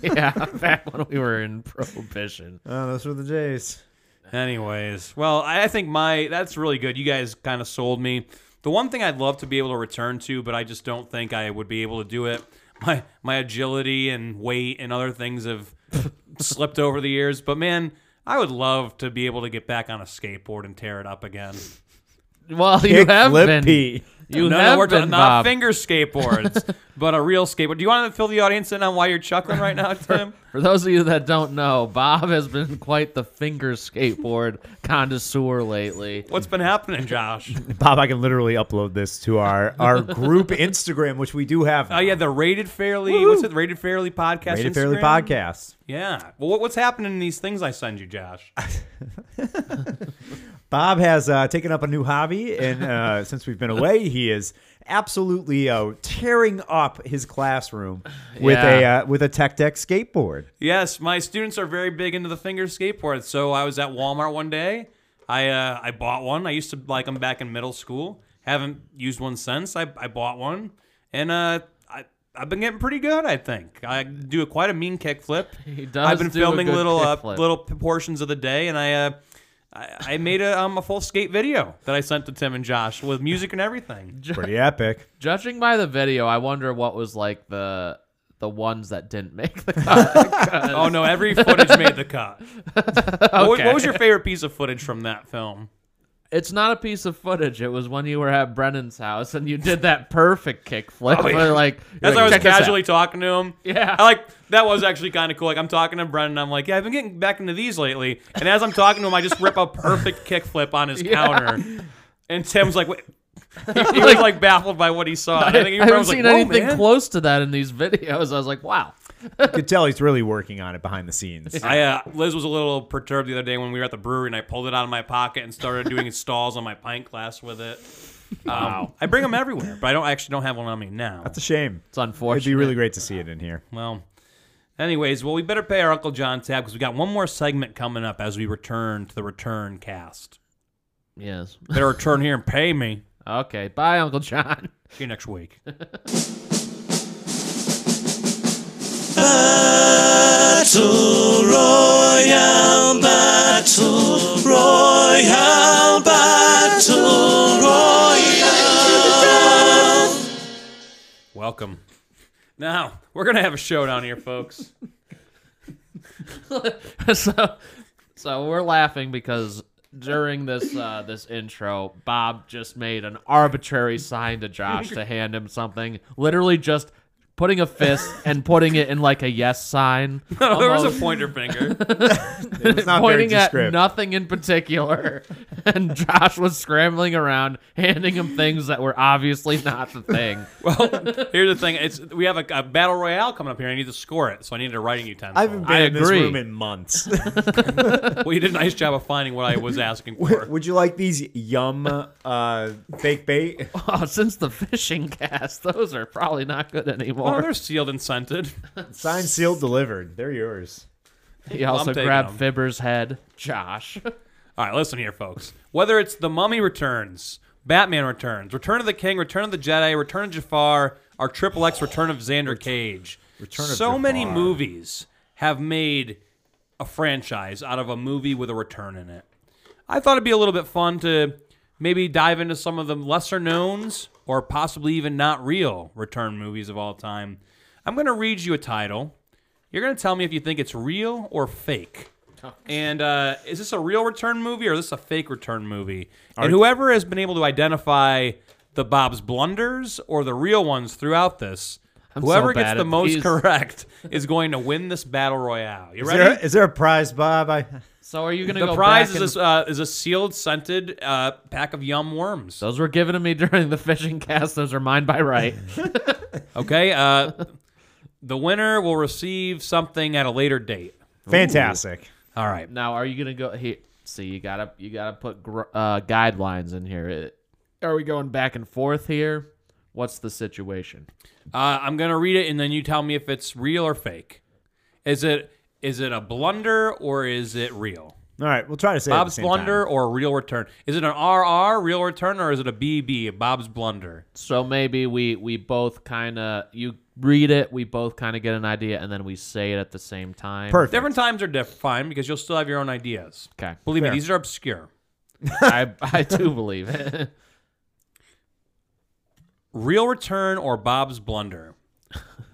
S3: yeah. Back when we were in prohibition.
S4: Oh, those were the J's.
S2: Anyways, well, I I think my that's really good. You guys kind of sold me. The one thing I'd love to be able to return to, but I just don't think I would be able to do it. My my agility and weight and other things have slipped over the years. But man, I would love to be able to get back on a skateboard and tear it up again.
S3: Well, you have
S4: Kickflip
S3: been.
S4: P.
S3: You
S2: no,
S3: have
S2: no, we're
S3: been,
S2: talking not
S3: Bob.
S2: finger skateboards, but a real skateboard. Do you want to fill the audience in on why you're chuckling right now, Tim?
S3: For those of you that don't know, Bob has been quite the finger skateboard connoisseur lately.
S2: What's been happening, Josh?
S4: Bob, I can literally upload this to our, our group Instagram, which we do have.
S2: Oh yeah, the Rated Fairly. What's it? Rated Fairly podcast.
S4: Rated Fairly
S2: Instagram?
S4: Podcast.
S2: Yeah. Well, what, what's happening in these things I send you, Josh?
S4: Bob has uh, taken up a new hobby, and uh, since we've been away, he is absolutely uh, tearing up his classroom with
S3: Yeah.
S4: a uh, with a Tech Deck skateboard.
S2: yes, my students are very big into the finger skateboard. So I was at Walmart one day. I uh, I bought one. I used to like them back in middle school. Haven't used one since. I, I bought one, and uh, I I've been getting pretty good. I think I do a, quite a mean kickflip.
S3: He does
S2: I've been
S3: do a
S2: filming
S3: good
S2: little uh,
S3: kickflip.
S2: little portions of the day, and I. Uh, I I made a, um, a full skate video that I sent to Tim and Josh with music and everything.
S4: Pretty epic.
S3: Judging by the video, I wonder what was like the the ones that didn't make the cut.
S2: Oh no, every footage made the cut. What- what, was your favorite piece of footage from that film?
S3: It's not a piece of footage. It was when you were at Brennan's house and you did that perfect kickflip.
S2: Oh, yeah.
S3: where, like,
S2: As I
S3: you're like,
S2: was
S3: "Check this out."
S2: casually talking to him,
S3: Yeah.
S2: I like that was actually kind of cool. Like I'm talking to Brendan, I'm like, yeah, I've been getting back into these lately. And as I'm talking to him, I just rip a perfect kickflip on his counter, and Tim's like, Wait. he, he was like baffled by what he saw. And I think
S3: I
S2: Brendan
S3: haven't
S2: was like,
S3: seen
S2: "Whoa,
S3: anything
S2: man."
S3: close to that in these videos. I was like, wow.
S4: You could tell he's really working on it behind the scenes.
S2: I uh, Liz was a little perturbed the other day when we were at the brewery, and I pulled it out of my pocket and started doing stalls on my pint glass with it. wow! I bring them everywhere, but I don't I actually don't have one on me now.
S4: It's a shame.
S3: It's unfortunate.
S4: It'd be really great to see it in here.
S2: Well, anyways, well, we better pay our Uncle John tab because we got one more segment coming up as we return to the return cast.
S3: Yes.
S2: Better return here and pay me.
S3: Okay. Bye, Uncle John.
S2: See you next week.
S1: Battle Royale, Battle Royale, Battle Royale.
S2: Welcome. Now we're gonna have a showdown here, folks.
S3: so, so we're laughing because during this uh, this intro, Bob just made an arbitrary sign to Josh to hand him something. Literally, just putting a fist and putting it in like a yes sign.
S2: there was
S3: almost.
S2: a pointer finger.
S4: It was not very
S3: pointing at
S4: descriptive.
S3: nothing in particular. and Josh was scrambling around, handing him things that were obviously not the thing.
S2: Well, here's the thing: it's we have a, a battle royale coming up here. I need to score it, so I need a writing utensil.
S4: I haven't been
S3: I
S4: in this
S3: agree.
S4: room in months.
S2: well, you did a nice job of finding what I was asking for.
S4: Would you like these yum uh, fake bait?
S3: Oh, since the fishing cast, those are probably not good
S2: Oh,
S3: anymore.
S2: they're sealed and scented.
S4: Signed, sealed, delivered. They're yours.
S3: he
S2: I'm
S3: also
S2: taking
S3: grabbed
S2: them.
S3: Fibber's head. Josh.
S2: All right, listen here, folks. Whether it's The Mummy Returns, Batman Returns, Return of the King, Return of the Jedi, Return of Jafar, or Triple X Return of Xander Cage,
S4: Return of
S2: so many
S4: Jafar.
S2: movies have made a franchise out of a movie with a return in it. I thought it'd be a little bit fun to maybe dive into some of the lesser knowns or possibly even not real return movies of all time. I'm going to read you a title. You're going to tell me if you think it's real or fake. And uh, is this a real return movie or is this a fake return movie? and whoever has been able to identify the Bob's blunders or the real ones throughout this,
S3: I'm so
S2: whoever
S3: bad
S2: gets the
S3: at
S2: most
S3: these.
S2: correct is going to win this battle royale. You
S4: Is
S2: ready?
S4: there, is there a prize, Bob? I,
S3: So are you gonna
S2: the
S3: go
S2: prize
S3: back
S2: is,
S3: and-
S2: a, uh, is a sealed scented uh, pack of yum worms.
S3: those were given to me during the fishing cast. Those are mine by right.
S2: Okay. Uh, the winner will receive something at a later date.
S4: fantastic.
S2: All right.
S3: Now, are you gonna go? He, see, you gotta you gotta put gr- uh, guidelines in here. It- are we going back and forth here? What's the situation?
S2: Uh, I'm gonna read it, and then you tell me if it's real or fake. Is it is it a blunder or is it real?
S4: All right, we'll try to say it at the
S2: Bob's
S4: same
S2: blunder
S4: time.
S2: or real return? Is it an RR real return or is it a BB a Bob's blunder?
S3: So maybe we we both kind of you read it, we both kind of get an idea, and then we say it at the same time.
S4: Perfect.
S2: Different times are diff- fine because you'll still have your own ideas.
S3: Okay,
S2: Believe
S4: Fair.
S2: me, these are obscure.
S3: I I do believe it.
S2: Real return or Bob's blunder?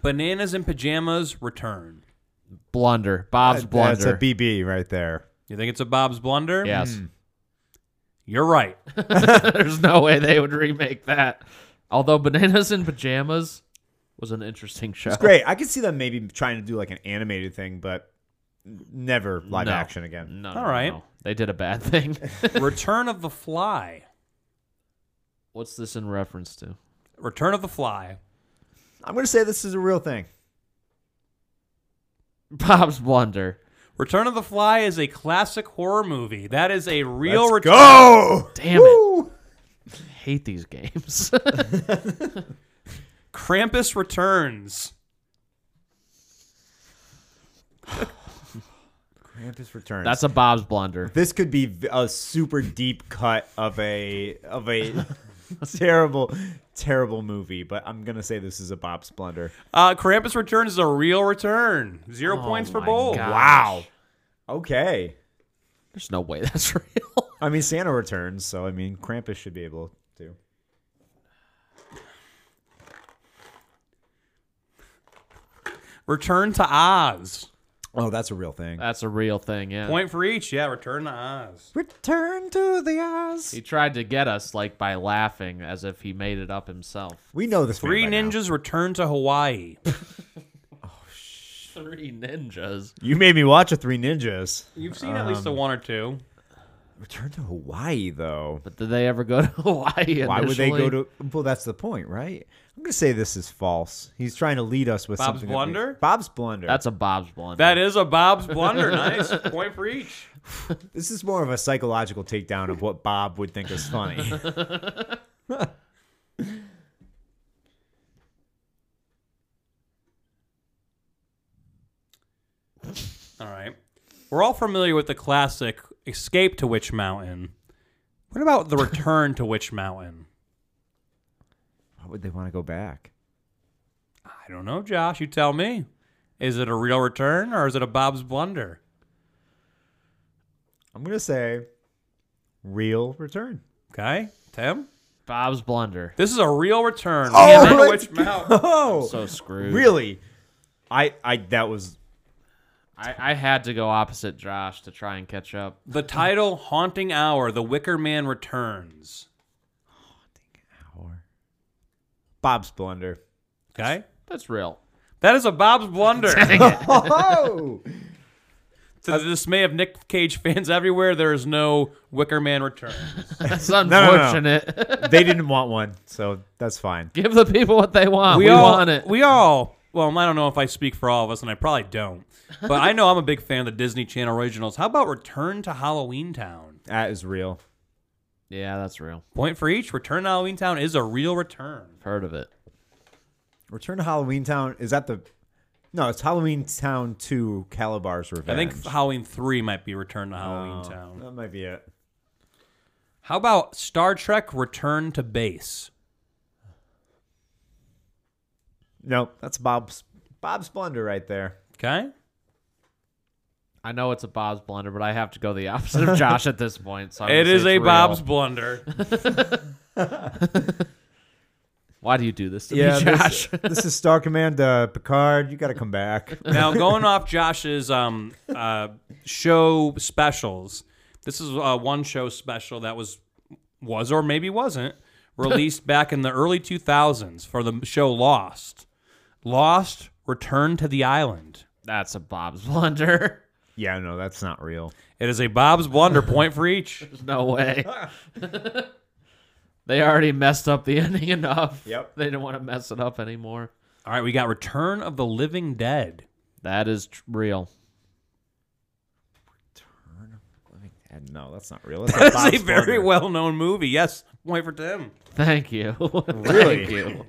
S2: Bananas in pajamas return.
S3: Blunder, Bob's
S4: That's
S3: blunder.
S4: a BB right there.
S2: You think it's a Bob's blunder?
S3: yes,
S2: You're right.
S3: there's no way they would remake that. Although bananas in pajamas was an interesting show.
S4: It's great. I could see them maybe trying to do like an animated thing, but never live
S3: No.
S4: action again.
S3: No,
S2: All
S3: no,
S2: right.
S3: no. they did a bad thing.
S2: return of the fly.
S3: What's this in reference to?
S2: Return of the fly.
S4: I'm going to say this is a real thing.
S3: Bob's blunder.
S2: Return of the Fly is a classic horror movie. That is a real
S4: Let's
S2: return.
S4: go.
S3: Damn
S4: Woo!
S3: it! Hate these games.
S2: Krampus returns.
S4: Krampus returns.
S3: That's a Bob's blunder.
S4: this could be v- a super deep cut of a of a terrible terrible movie, but I'm going to say this is a Bob's blunder.
S2: Uh, Krampus returns is a real return. Zero
S3: Oh
S2: points for
S3: my
S2: both.
S3: gosh.
S4: Okay.
S3: There's no way that's real.
S4: I mean Santa returns, so I mean Krampus should be able to.
S2: Return to Oz.
S4: Oh, that's a real thing.
S3: That's a real thing, yeah.
S2: Point for each. Yeah, Return to Oz.
S4: Return to the Oz.
S3: He tried to get us like by laughing as if he made it up himself.
S4: We know this.
S2: Three
S4: man by now.
S2: ninjas return to Hawaii.
S3: Three ninjas.
S4: You made me watch a Three Ninjas.
S2: You've seen at least a one or two.
S4: Return to Hawaii, though.
S3: But did they ever go to Hawaii? Initially?
S4: Why would they go to? Well, that's the point, right? I'm gonna say this is false. He's trying to lead us with
S2: Bob's
S4: something that we-
S2: blunder?
S4: Bob's blunder.
S3: That's a Bob's blunder.
S2: That is a Bob's blunder. Nice. Point for each.
S4: this is more of a psychological takedown of what Bob would think is funny.
S2: All right. We're all familiar with the classic Escape to Witch Mountain. What about the Return to Witch Mountain?
S4: Why would they want to go back?
S2: I don't know, Josh. You tell me. Is it a real return or is it a Bob's blunder?
S4: I'm gonna say real return.
S2: Okay, Tim.
S3: Bob's blunder.
S2: This is a real return.
S4: Oh,
S2: Return to
S4: let's
S2: Witch Mountain.
S4: Oh,
S3: So screwed.
S4: really? I I that was
S3: I, I had to go opposite Josh to try and catch up.
S2: The title Haunting Hour, The Wicker Man Returns.
S4: Hour. Bob's blunder.
S2: Okay?
S3: That's real.
S2: That is a Bob's blunder.
S4: Oh,
S2: to the dismay of Nick Cage fans everywhere, there is no Wicker Man Returns.
S3: That's
S4: no, no.
S3: unfortunate.
S4: they didn't want one, so that's fine.
S3: Give the people what they want. We,
S2: all,
S3: want it.
S2: We all. Well, I don't know if I speak for all of us, and I probably don't. But I know I'm a big fan of the Disney Channel originals. How about Return to Halloween Town?
S4: That is real.
S3: yeah, that's real.
S2: Point for each. Return to Halloween Town is a real return.
S3: Heard of it.
S4: Return to Halloween Town is that the? No, it's Halloween Town Two: Calabar's
S2: I
S4: Revenge. Oh,
S2: think Halloween 3 might be Return to Halloween Town.
S4: that might be it.
S2: How about Star Trek Return to Base?
S4: No, that's Bob's Bob's blunder right there.
S2: Okay?
S3: I know it's a Bob's blunder, but I have to go the opposite of Josh at this point. So I'm
S2: It is
S3: gonna say it's
S2: a
S3: real.
S2: Bob's blunder.
S3: Why do you do this to me,
S4: this,
S3: Josh?
S4: this is Star Command uh, Picard. You got to come back.
S2: now going off Josh's um, uh, show specials, this is uh, one show special that was was or maybe wasn't released back in the early 2000s for the show Lost. Lost: Return to the Island.
S3: That's a Bob's blunder.
S4: Yeah, no, that's not real.
S2: It is a Bob's blunder point for each.
S3: There's no way. they already messed up the ending enough.
S4: Yep.
S3: They didn't want to mess it up anymore.
S2: All right, we got Return of the Living Dead.
S3: That is tr- real.
S4: And no, that's not real. That's a
S2: That is
S4: Bob's
S2: a very
S4: Burger.
S2: well known movie. Yes, point for Tim.
S3: Thank you.
S4: Really?
S3: Thank you.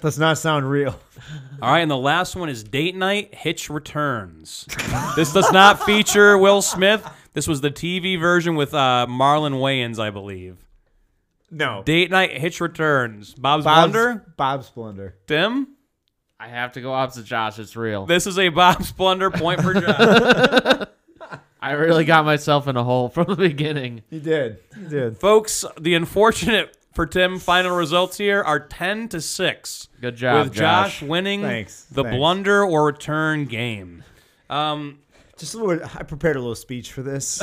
S4: Does not sound real.
S2: All right, and the last one is Date Night Hitch Returns. this does not feature Will Smith. This was the TV version with uh, Marlon Wayans, I believe.
S4: No,
S2: Date Night Hitch Returns. Bob's,
S4: Bob's
S2: Blunder?
S4: Bob's blunder.
S2: Tim?
S3: I have to go opposite Josh. It's real.
S2: This is a Bob's Blunder point for Josh.
S3: I really got myself in a hole from the beginning.
S4: You did. You did.
S2: Folks, the unfortunate for Tim final results here are 10 to 6.
S3: Good job,
S2: With Josh,
S3: Josh.
S2: winning
S4: Thanks,
S2: the
S4: thanks.
S2: blunder or return game. Um,
S4: Just a little, I prepared a little speech for this.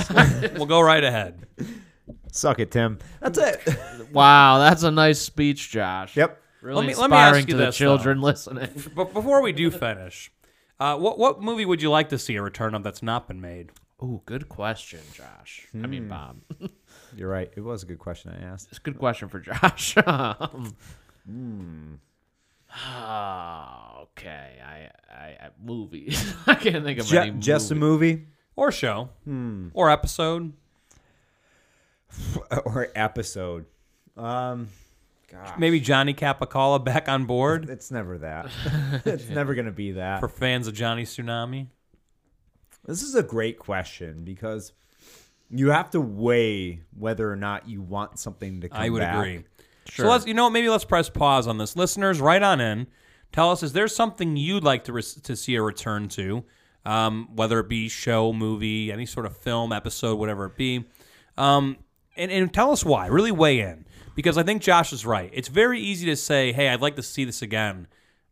S2: we'll go right ahead.
S4: Suck it, Tim. That's it.
S3: Wow, that's a nice speech, Josh.
S4: yep.
S3: Really
S2: Let me- let
S3: inspiring
S2: me ask you
S3: to the
S2: this, though.
S3: children listening.
S2: But before we do finish, uh, what what movie would you like to see a return of that's not been made?
S3: Ooh, good question, Josh. I
S4: Hmm.
S3: mean, Bob.
S4: You're right. It was a good question I asked.
S3: It's a good question for Josh. um,
S4: Hmm.
S3: ah, okay, I, I, I movie. I can't think of any. Movie.
S4: just a movie
S2: Or show? Or episode?
S4: or episode? Um,
S2: Maybe Johnny Capicala back on board
S4: it's never that. it's never gonna be that.
S2: for fans of Johnny Tsunami?
S4: This is a great question because you have to weigh whether or not you want something to come
S2: I would
S4: back.
S2: agree. So let's, you know, what, maybe let's press pause on this. Listeners, right on in. Tell us, is there something you'd like to, re- to see a return to, um, whether it be show, movie, any sort of film, episode, whatever it be? Um, and, and tell us why. Really weigh in. Because I think Josh is right. It's very easy to say, hey, I'd like to see this again.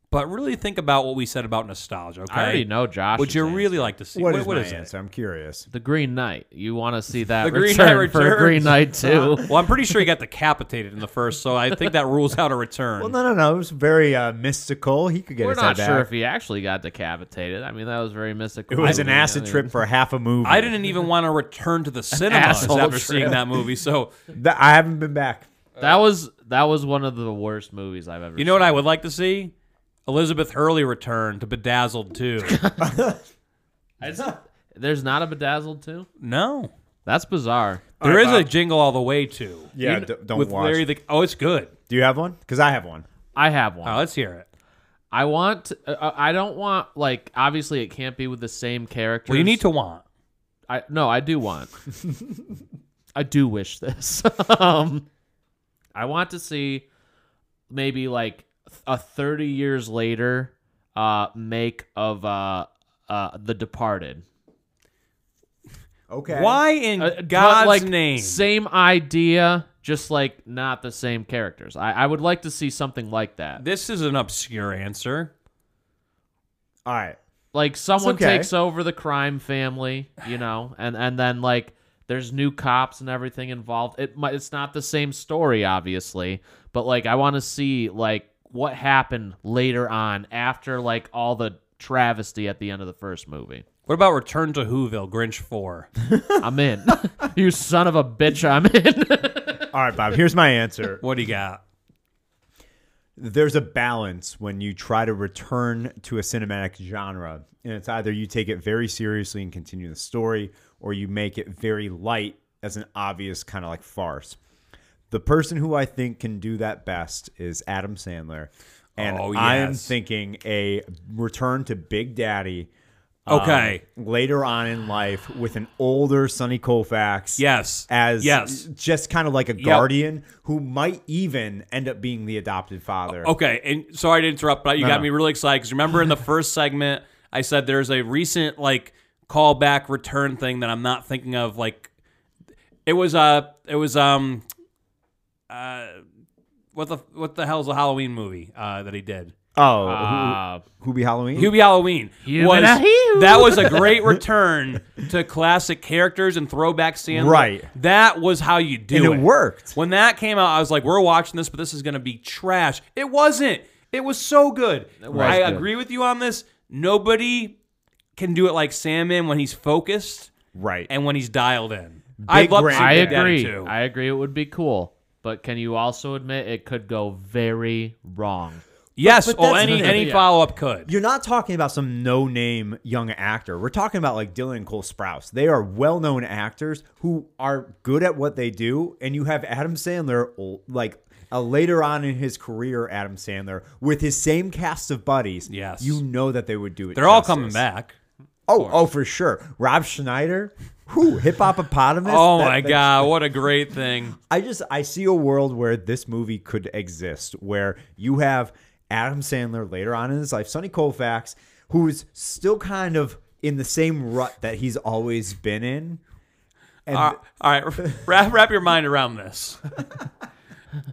S2: But really think about what we said about nostalgia, okay?
S3: I already know Josh.
S2: Would
S3: is
S2: you
S3: in.
S2: really like to see?
S4: What is
S2: what
S4: my
S2: is it?
S4: answer? I'm curious.
S3: the Green Knight? You want to see that
S2: The Green
S3: return
S2: Knight
S3: for
S2: returns.
S3: Green Knight too?
S2: Well, I'm pretty sure he got decapitated in the first, so I think that rules out a return.
S4: Well, no, no, no. It was very uh, mystical. He could get
S3: We're
S4: his
S3: not
S4: head
S3: sure
S4: back.
S3: if he actually got decapitated. I mean, that was very mystical.
S4: It was an
S3: I mean,
S4: acid
S3: I mean,
S4: trip for half a movie.
S2: I didn't even want to return to the cinemas
S3: asshole
S2: after
S3: trip.
S2: seeing that movie. So
S4: Th- I haven't been back.
S3: That was that was one of the worst movies I've ever.
S2: Uh, you know what I would like to see? Elizabeth Hurley return to Bedazzled 2.
S3: I just, there's not a bedazzled too.
S2: No.
S3: That's bizarre.
S2: There is a jingle all the way to.
S4: Yeah,
S2: kn-
S4: d- don't
S2: with
S4: watch.
S2: Larry the Oh, it's good.
S4: Do you have one? Because I have one.
S3: I have one.
S2: Oh, let's hear it.
S3: I want. Uh, I don't want like. Obviously, it can't be with the same character.
S2: Well, you need to want.
S3: I no. I do want. I do wish this. um, I want to see maybe like a thirty years later uh make of uh uh The Departed.
S4: Okay.
S2: Why in
S3: Uh, but,
S2: God's
S3: like,
S2: name?
S3: Same idea, just like not the same characters. I I would like to see something like that.
S2: This is an obscure answer.
S4: All right.
S3: Like someone
S4: okay.
S3: takes over the crime family, you know, and and then like there's new cops and everything involved. It might it's not the same story obviously, but like I want to see like what happened later on after like all the travesty at the end of the first movie.
S2: What about Return to Whoville, Grinch 4?
S3: I'm in. you son of a bitch, I'm in.
S4: All right, Bob, here's my answer.
S2: What do you got?
S4: There's a balance when you try to return to a cinematic genre, and it's either you take it very seriously and continue the story, or you make it very light as an obvious kind of like farce. The person who I think can do that best is Adam Sandler. And
S2: Oh,
S4: I am
S2: yes.
S4: thinking a return to Big Daddy um,
S2: Okay.
S4: later on in life with an older Sonny Colfax.
S2: Yes.
S4: As
S2: Yes.
S4: just kind of like a guardian who might even end up being the adopted father.
S2: Okay, and sorry to interrupt, but you got
S4: no.
S2: me really excited because remember in the first segment I said there's a recent like callback return thing that I'm not thinking of. Like it was uh it was um uh what the what the hell's the Halloween movie uh that he did?
S4: Oh,
S3: Uh,
S4: who, who be Halloween?
S2: Hubie Halloween
S3: Hubie
S2: was
S3: the Hue.
S2: that was a great return to classic characters and throwback Sandler.
S4: Right.
S2: that was how you do
S4: and
S2: it.
S4: it worked.
S2: When that came out, I was like, "We're watching this, but this is going to be trash." It wasn't. It was so good.
S3: was
S2: I
S3: good.
S2: agree with you on this. Nobody can do it like Sandman when he's focused
S4: right.
S2: and when he's dialed in. I'd love to see
S4: Grand
S3: I
S2: Big Daddy
S3: agree.
S2: too.
S3: I agree. It would be cool, but can you also admit it could go very wrong?
S2: yes.
S4: but
S2: oh,
S4: that's-
S2: any any
S3: Yeah.
S2: follow up could.
S4: You're not talking about some no-name young actor. We're talking about like Dylan Cole Sprouse. They are well-known actors who are good at what they do, and you have Adam Sandler ol- like a later on in his career Adam Sandler with his same cast of buddies.
S2: Yes.
S4: You know that they would do it.
S2: They're all
S4: justice.
S2: coming back.
S4: Oh, oh for sure. Rob Schneider, who hip hopopotamus.
S2: Oh
S4: That-
S2: my
S4: that-
S2: god, what a great thing!
S4: I just I see a world where this movie could exist, where you have Adam Sandler later on in his life, Sonny Colfax, who is still kind of in the same rut that he's always been in. And
S2: All right, all right, wrap, wrap your mind around this.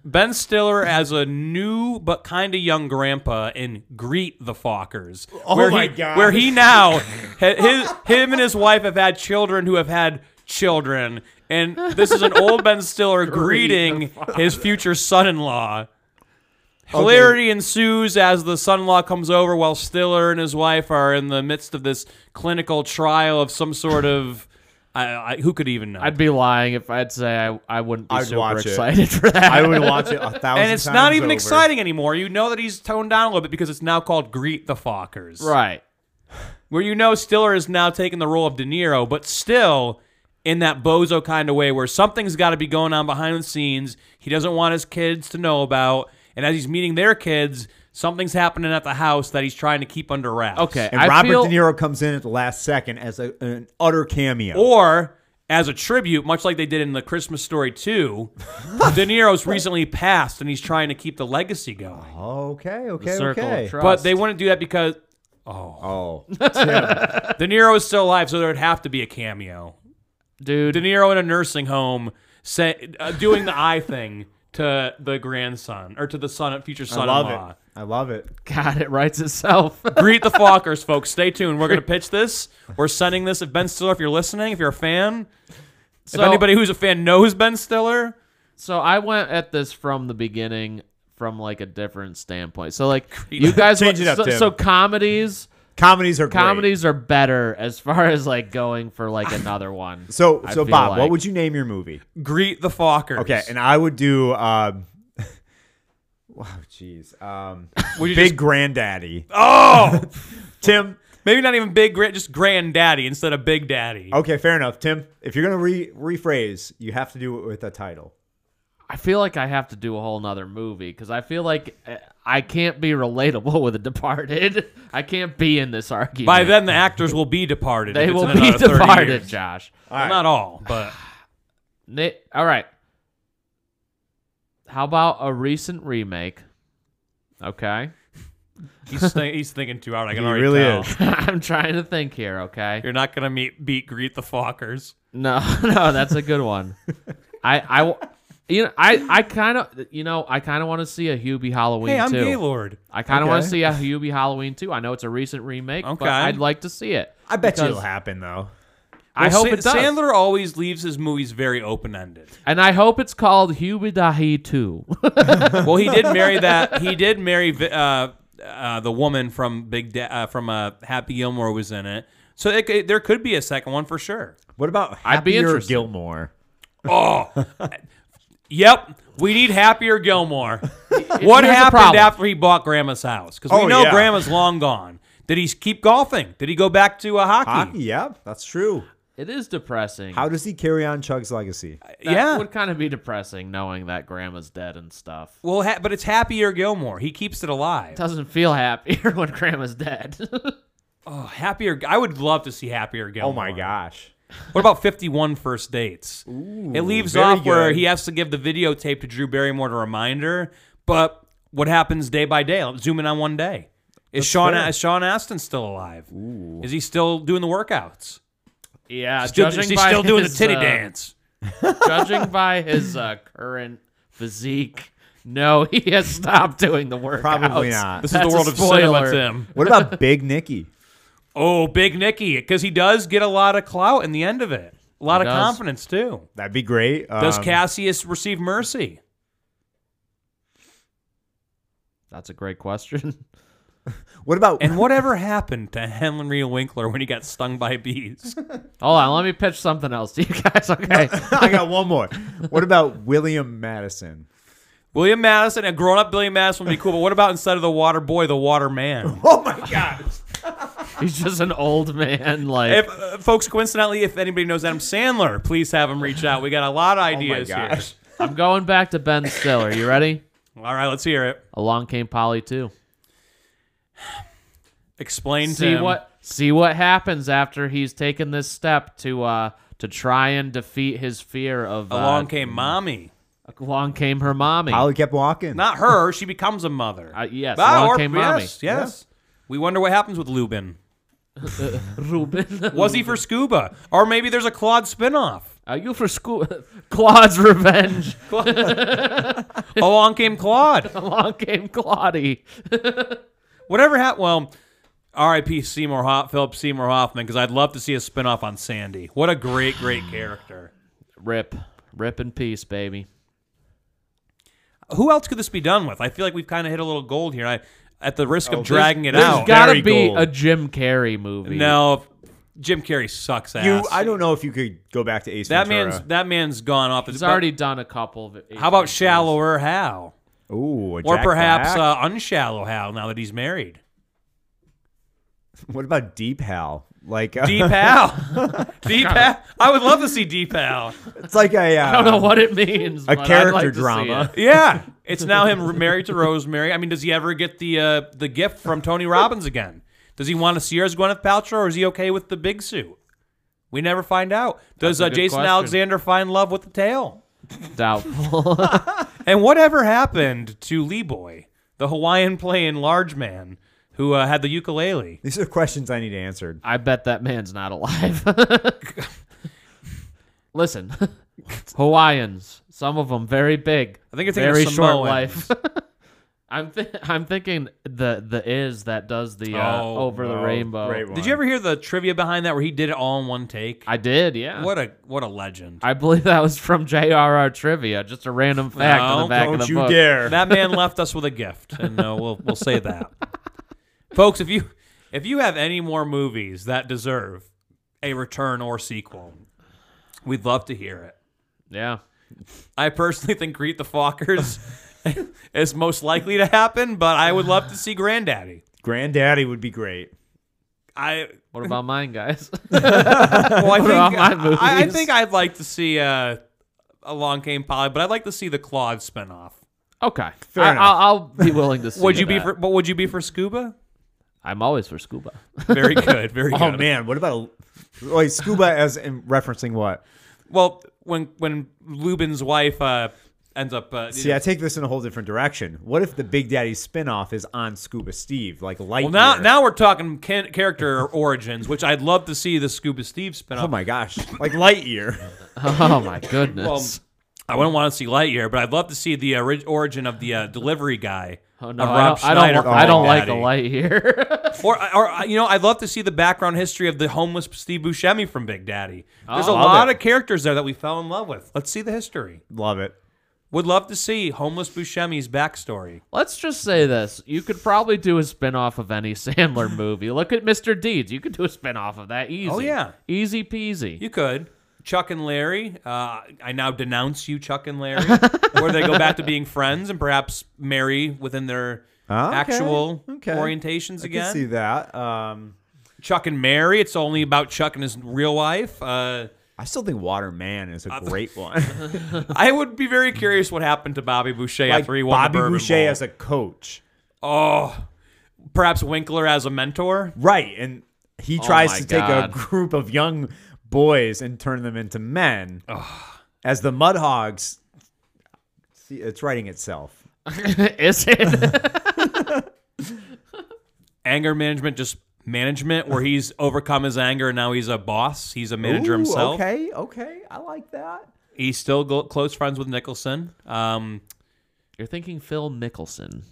S2: ben Stiller as a new but kind of young grandpa in Greet the Fockers. Oh where
S4: my
S2: he,
S4: God.
S2: Where he now, hi- his, him and his wife have had children who have had children, and this is an old Ben Stiller greeting his future son-in-law. Hilarity ensues as the son in law comes over while Stiller and his wife are in the midst of this clinical trial of some sort of. I, I, who could even know?
S3: I'd be lying if I'd say I, I wouldn't be
S4: I'd
S3: super
S4: watch it.
S3: excited for that.
S4: I would watch it a thousand times.
S2: and it's not even
S4: over.
S2: exciting anymore. You know that he's toned down a little bit because it's now called Greet the Fockers.
S3: right.
S2: Where you know Stiller is now taking the role of De Niro, but still in that bozo kind of way where something's got to be going on behind the scenes he doesn't want his kids to know about. And as he's meeting their kids, something's happening at the house that he's trying to keep under wraps.
S3: Okay.
S4: And
S3: I
S4: Robert
S3: feel,
S4: De Niro comes in at the last second as a, an utter cameo.
S2: Or as a tribute, much like they did in the Christmas Story 2, De Niro's recently passed and he's trying to keep the legacy going.
S4: okay,
S3: the
S4: okay,
S3: circle
S4: okay.
S3: of trust.
S2: But they wouldn't do that because
S4: Oh,
S2: De Niro is still alive, so there'd have to be a cameo.
S3: dude,
S2: De Niro in a nursing home, say, uh, doing the eye thing to the grandson or to the son, future
S4: I
S2: son-in-law.
S4: love it. I love it.
S3: God, it writes itself.
S2: Greet the Fockers, folks. Stay tuned. We're gonna pitch this. We're sending this. If Ben Stiller, if you're listening, if you're a fan,
S3: So-
S2: if anybody who's a fan knows Ben Stiller,
S3: So I went at this from the beginning from like a different standpoint. So like you guys
S4: Change it up,
S3: so,
S4: Tim.
S3: so comedies
S4: Comedies are great.
S3: comedies are better as far as like going for like another one.
S4: So,
S3: I
S4: so
S3: feel
S4: Bob,
S3: like.
S4: what would you name your movie?
S2: greet the Fockers.
S4: Okay, and I would do. Um, wow, jeez. Um,
S2: Would you
S4: Big
S2: just-
S4: Granddaddy.
S2: oh,
S4: Tim.
S2: maybe not even big, Gran- just granddaddy instead of big daddy.
S4: Okay, fair enough. Tim, if you're gonna re- rephrase, you have to do it with a title.
S3: I feel like I have to do a whole nother movie because I feel like uh, I can't be relatable with a departed. I can't be in this argument.
S2: By then, the actors will be departed. if
S3: they
S2: it's
S3: will
S2: in
S3: be
S2: another 30
S3: departed,
S2: years.
S3: Josh.
S4: All
S2: Well,
S4: right.
S2: Not all, but
S3: Na- All right. How about a recent remake? Okay.
S2: He's, think- he's thinking too hard. I can
S4: He
S2: already
S4: really
S2: tell.
S4: is.
S3: I'm trying to think here, okay?
S2: You're not gonna meet beat greet the Fockers.
S3: No, no, that's a good one. I, I, You know, I, I kind of, you know, I kind of want to see a Hubie Halloween
S2: Hey, I'm
S3: too.
S2: Gaylord.
S3: I kind of want
S4: Okay.
S3: to see a Hubie Halloween too. I know it's a recent remake,
S2: Okay.
S3: but I'd like to see it.
S4: I bet you
S3: Because
S4: it'll happen though.
S3: I
S2: Well,
S3: hope
S2: Sa-
S3: it does,
S2: Sandler always leaves his movies very open ended.
S3: and I hope it's called Hubie Dahi too.
S2: Well, he did marry that. He did marry Vi- uh, uh, the woman from Big da- uh, from uh, Happy Gilmore was in it. So it, c there could be a second one for sure. Oh.
S4: What about Happier
S3: I'd be interested.
S4: Gilmore?
S2: Yep, we need Happier Gilmore. What
S3: Here's the
S2: happened
S3: problem.
S2: after he bought Grandma's house? Because we
S4: Oh,
S2: know
S4: yeah.
S2: Grandma's long gone. Did he keep golfing? Did he go back to uh, hockey?
S4: Ah, yeah, that's true.
S3: it is depressing.
S4: How does he carry on Chug's legacy?
S3: that
S2: yeah.
S3: would kind of be depressing knowing that Grandma's dead and stuff.
S2: well, ha- but it's Happier Gilmore. He keeps it alive.
S3: Doesn't feel happier when Grandma's dead.
S2: Oh, happier. I would love to see Happier Gilmore.
S4: Oh my gosh.
S2: What about 51 First Dates? it leaves
S4: very
S2: off where
S4: good.
S2: he has to give the videotape to Drew Barrymore to reminder, but what happens day by day? I'll zoom in on one day. Is Sean,
S4: fair.
S2: is Sean Astin still alive? Is he still doing the workouts?
S3: yeah,
S2: Still,
S3: judging
S2: is he
S3: by
S2: still doing the
S3: his,
S2: titty
S3: uh,
S2: dance?
S3: judging by his uh, current physique, no, he has stopped doing the workouts.
S4: Probably not.
S2: This is
S3: That's
S2: the
S3: a
S2: world of cinema,
S3: spoiler.
S2: Tim.
S4: What about Big Nicky?
S2: Oh, Big Nicky, because he does get a lot of clout in the end of it. A lot
S3: He
S2: of
S3: does.
S2: confidence, too.
S4: That'd be great.
S2: Does
S4: Um,
S2: Cassius receive mercy?
S3: That's a great question.
S4: What about
S2: And whatever happened to Henry Winkler when he got stung by bees?
S3: Hold on, let me pitch something else to you guys. Okay,
S4: I got one more. What about William Madison?
S2: William Madison, a grown up William Madison would be cool, but what about instead of the water boy, the water man?
S4: Oh my god.
S3: he's just an old man. Like
S2: If, uh, folks, coincidentally, if anybody knows Adam Sandler, please have him reach out. We got a lot of ideas here.
S4: gosh.
S3: I'm going back to Ben Stiller. You ready?
S2: All right, let's hear it.
S3: Along came Polly too.
S2: Explain
S3: See
S2: to him.
S3: what see what happens after he's taken this step to uh to try and defeat his fear of uh,
S2: Along came mommy.
S3: along came her mommy.
S4: Polly kept walking.
S2: Not her. She becomes a mother.
S3: Uh, yes,
S2: Ah,
S3: along
S2: or-
S3: came mommy.
S2: Yes, yes. We wonder what happens with Lubin.
S3: Ruben,
S2: Was he for scuba? Or maybe there's a Claude spinoff.
S3: are you for school? Claude's revenge.
S2: Along came Claude.
S3: along came Claudie.
S2: Whatever happened. Well, R.I.P. Seymour Hoff, Philip Seymour Hoffman, because I'd love to see a spinoff on Sandy. What a great, great character.
S3: Rip, rip in peace, baby.
S2: Who else could this be done with? I feel like we've kind of hit a little gold here. I, at the risk of dragging it
S4: Oh, there's
S2: out,
S3: There's gotta
S4: Barry
S3: be
S4: Gold.
S3: a Jim Carrey movie.
S2: Oh, no, Jim Carrey sucks ass.
S4: You, I don't know if you could go back to Ace
S2: that
S4: Ventura.
S2: man's that man's gone off.
S3: he's already done a couple. Of
S2: How about shallower Hal,
S4: Ooh, a
S2: or
S4: Jack
S2: perhaps
S4: Black?
S2: uh, unshallow Hal? Now that he's married,
S4: what about Deep Hal? Like uh,
S2: Deep Hal, Deep Hal. I would love to see Deep Hal.
S4: it's like a uh,
S3: I don't know what it means.
S4: a
S3: but I'd
S4: character
S3: like to see
S4: drama.
S3: it.
S2: Yeah, it's now him married to Rosemary. I mean, does he ever get the uh, the gift from Tony Robbins again? Does he want to see her as Gwyneth Paltrow, or is he okay with the big suit? We never find out. Does
S3: That's a
S2: uh,
S3: good
S2: Jason
S3: question.
S2: Alexander find love with the tail?
S3: Doubtful.
S2: And whatever happened to Lee Boy, the Hawaiian playing large man who uh, had the ukulele?
S4: These are questions I need answered.
S3: I bet that man's not alive. Listen, Hawaiians, some of them very big.
S2: I think you're thinking of
S3: very short
S2: Samoans.
S3: life. I'm th- I'm thinking the the is that does the uh,
S2: Oh,
S3: over the
S4: Oh,
S3: rainbow.
S4: great one.
S2: Did you ever hear the trivia behind that where he did it all in one take?
S3: I did, yeah.
S2: What a what a legend.
S3: I believe that was from J.R.R. Trivia, just a random fact in
S2: No,
S3: the back
S4: Don't
S3: of the
S4: you
S3: book.
S4: dare.
S2: that man left us with a gift, and uh, we'll we'll say that, folks. If you if you have any more movies that deserve a return or sequel, we'd love to hear it.
S3: Yeah.
S2: I personally think Greet the Fockers is most likely to happen, but I would love to see Granddaddy.
S4: Granddaddy would be great.
S2: I
S3: What about mine, guys?
S2: well, I think
S3: are my movies?
S2: I, I think I'd like to see uh, Along Came Polly, but I'd like to see the Claude spinoff.
S3: okay.
S4: Fair
S3: I,
S4: enough.
S3: I'll, I'll be willing to see
S2: Would you be
S3: that.
S2: for? But would you be for Scuba?
S3: I'm always for scuba.
S2: Very good. Very good.
S4: Oh man, what about like scuba as in referencing what?
S2: Well, when when Lubin's wife uh, ends up, uh,
S4: See, I take this in a whole different direction. What if the Big Daddy spinoff is on Scuba Steve, like Lightyear?
S2: well now now we're talking can- character origins, which I'd love to see the Scuba Steve spin
S4: oh
S2: off.
S4: my gosh, like Lightyear.
S3: Oh my goodness.
S2: Well, I wouldn't want to see Lightyear, but I'd love to see the ori- origin of the uh, delivery guy.
S3: Oh, no,
S2: of
S3: I
S2: Rob
S3: don't, I don't,
S2: Schneider
S3: wa- I don't
S2: from
S3: like the
S2: Daddy.
S3: light here.
S2: Or, or uh, you know, I'd love to see the background history of the homeless Steve Buscemi from Big Daddy. There's a
S3: Oh, love
S2: lot
S4: it.
S2: of characters there that we fell in love with. Let's see the history.
S4: Love it.
S2: Would love to see homeless Buscemi's backstory.
S3: Let's just say this. You could probably do a spin-off of any Sandler movie. Look at Mr. Deeds. You could do a spin-off of that easy.
S2: Oh, yeah.
S3: Easy peasy.
S2: You could. Chuck and Larry. Uh, I now denounce you, Chuck and Larry, where they go back to being friends and perhaps marry within their
S4: Ah, Okay,
S2: actual
S4: okay.
S2: orientations
S4: I
S2: again.
S4: can see that. Um,
S2: Chuck and Mary. It's only about Chuck and his real wife. Uh,
S4: I still think Waterman is a great one.
S2: I would be very curious what happened to Bobby Boucher
S4: like
S2: after he won
S4: Bobby
S2: the Bourbon
S4: Boucher
S2: Bowl.
S4: as a coach,
S2: oh, perhaps Winkler as a mentor.
S4: right? And
S2: Oh
S4: he tries
S3: my
S4: to
S3: God.
S4: take a group of young boys and turn them into men. As the Mudhogs, see, it's writing itself.
S3: Is it?
S2: Anger management, just management, where he's overcome his anger and now he's a boss. He's a manager
S4: Ooh,
S2: himself.
S4: Okay, okay, I like that.
S2: He's still go- close friends with Nicholson. Um,
S3: You're thinking Phil Mickelson.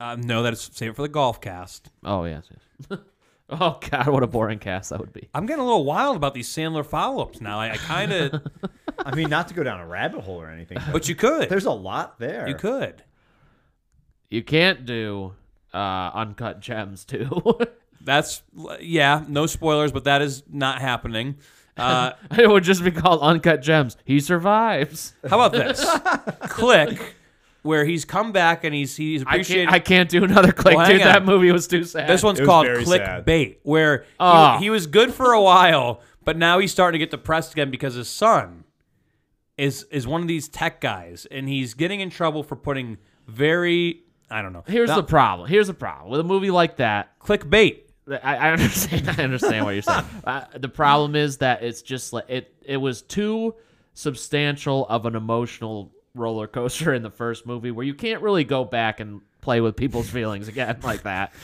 S2: uh, no, that's save it for the golf cast.
S3: Oh, yes. yes. oh, God, what a boring cast that would be.
S2: I'm getting a little wild about these Sandler follow-ups now. I, I kind of,
S4: I mean, not to go down a rabbit hole or anything, but
S2: but you could,
S4: there's a lot there.
S2: you could.
S3: You can't do uh, Uncut Gems, too.
S2: That's yeah, no spoilers, but that is not happening. Uh,
S3: it would just be called Uncut Gems. He survives.
S2: How about this? Click, where he's come back and he's he's
S3: I can't,
S2: appreciated.
S3: I can't do another click,
S2: Well, hang
S3: dude. That
S2: on.
S3: movie was too sad.
S2: this one's
S4: It was
S2: called
S4: very
S2: clickbait,
S4: sad.
S2: where he,
S3: Ah.
S2: he was good for a while, but now he's starting to get depressed again because his son is is one of these tech guys, and he's getting in trouble for putting very I don't know.
S3: Here's
S2: Now,
S3: the problem. Here's the problem. With a movie like that,
S2: clickbait.
S3: I, I understand. I understand what you're saying. uh, the problem is that it's just like it. It was too substantial of an emotional roller coaster in the first movie, where you can't really go back and play with people's feelings again like that.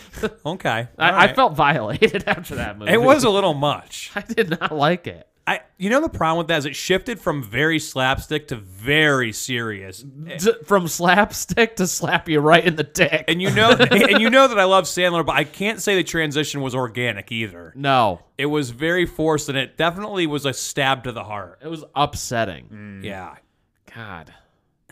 S2: Okay,
S3: I,
S2: All right.
S3: I felt violated after that movie.
S2: it was a little much.
S3: I did not like it.
S2: I you know the problem with that is it shifted from very slapstick to very serious.
S3: D- from slapstick to slap you right in the dick.
S2: And you know, and you know that I love Sandler, but I can't say the transition was organic either.
S3: no,
S2: It was very forced, and it definitely was a stab to the heart.
S3: it was upsetting.
S2: Yeah.
S3: God.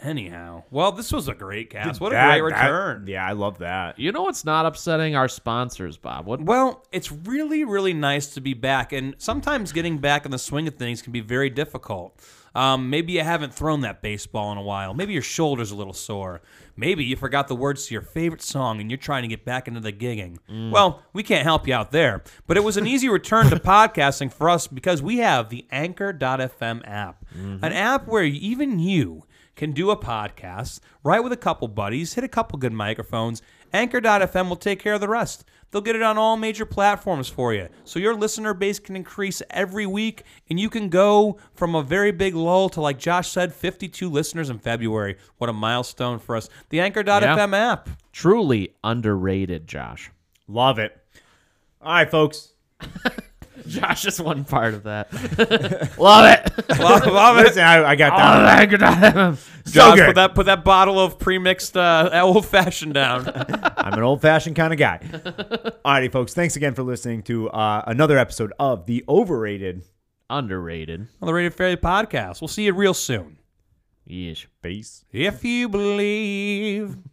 S2: Anyhow, well, this was a great cast. What a
S4: That-
S2: great
S4: that-
S2: return.
S4: yeah, I love that.
S3: You know what's not upsetting our sponsors, Bob? What?
S2: Well, it's really, really nice to be back, and sometimes getting back in the swing of things can be very difficult. Um, maybe you haven't thrown that baseball in a while. Maybe your shoulder's a little sore. Maybe you forgot the words to your favorite song and you're trying to get back into the gigging. Well, we can't help you out there, but it was an easy return to podcasting for us because we have the Anchor.fm app, an app where even you can do a podcast, write with a couple buddies, hit a couple good microphones. Anchor.fm will take care of the rest. They'll get it on all major platforms for you. So your listener base can increase every week, and you can go from a very big lull to, like Josh said, 52 listeners in February. What a milestone for us. The Anchor.fm app.
S3: Truly underrated, Josh.
S4: Love it. All right, folks.
S3: Josh is one part of that. Love it.
S2: Love, love it.
S4: Listen, I, I got that.
S3: Love it. Good time.
S2: Ah, Josh,
S4: good.
S2: put that, put that bottle of pre-mixed uh, old fashioned down.
S4: I'm an old fashioned kind of guy. Alrighty, folks. Thanks again for listening to uh, another episode of the Overrated
S3: Underrated.
S2: on the Rated Fairly podcast. We'll see you real soon.
S3: Yeesh.
S4: Base.
S2: If you believe.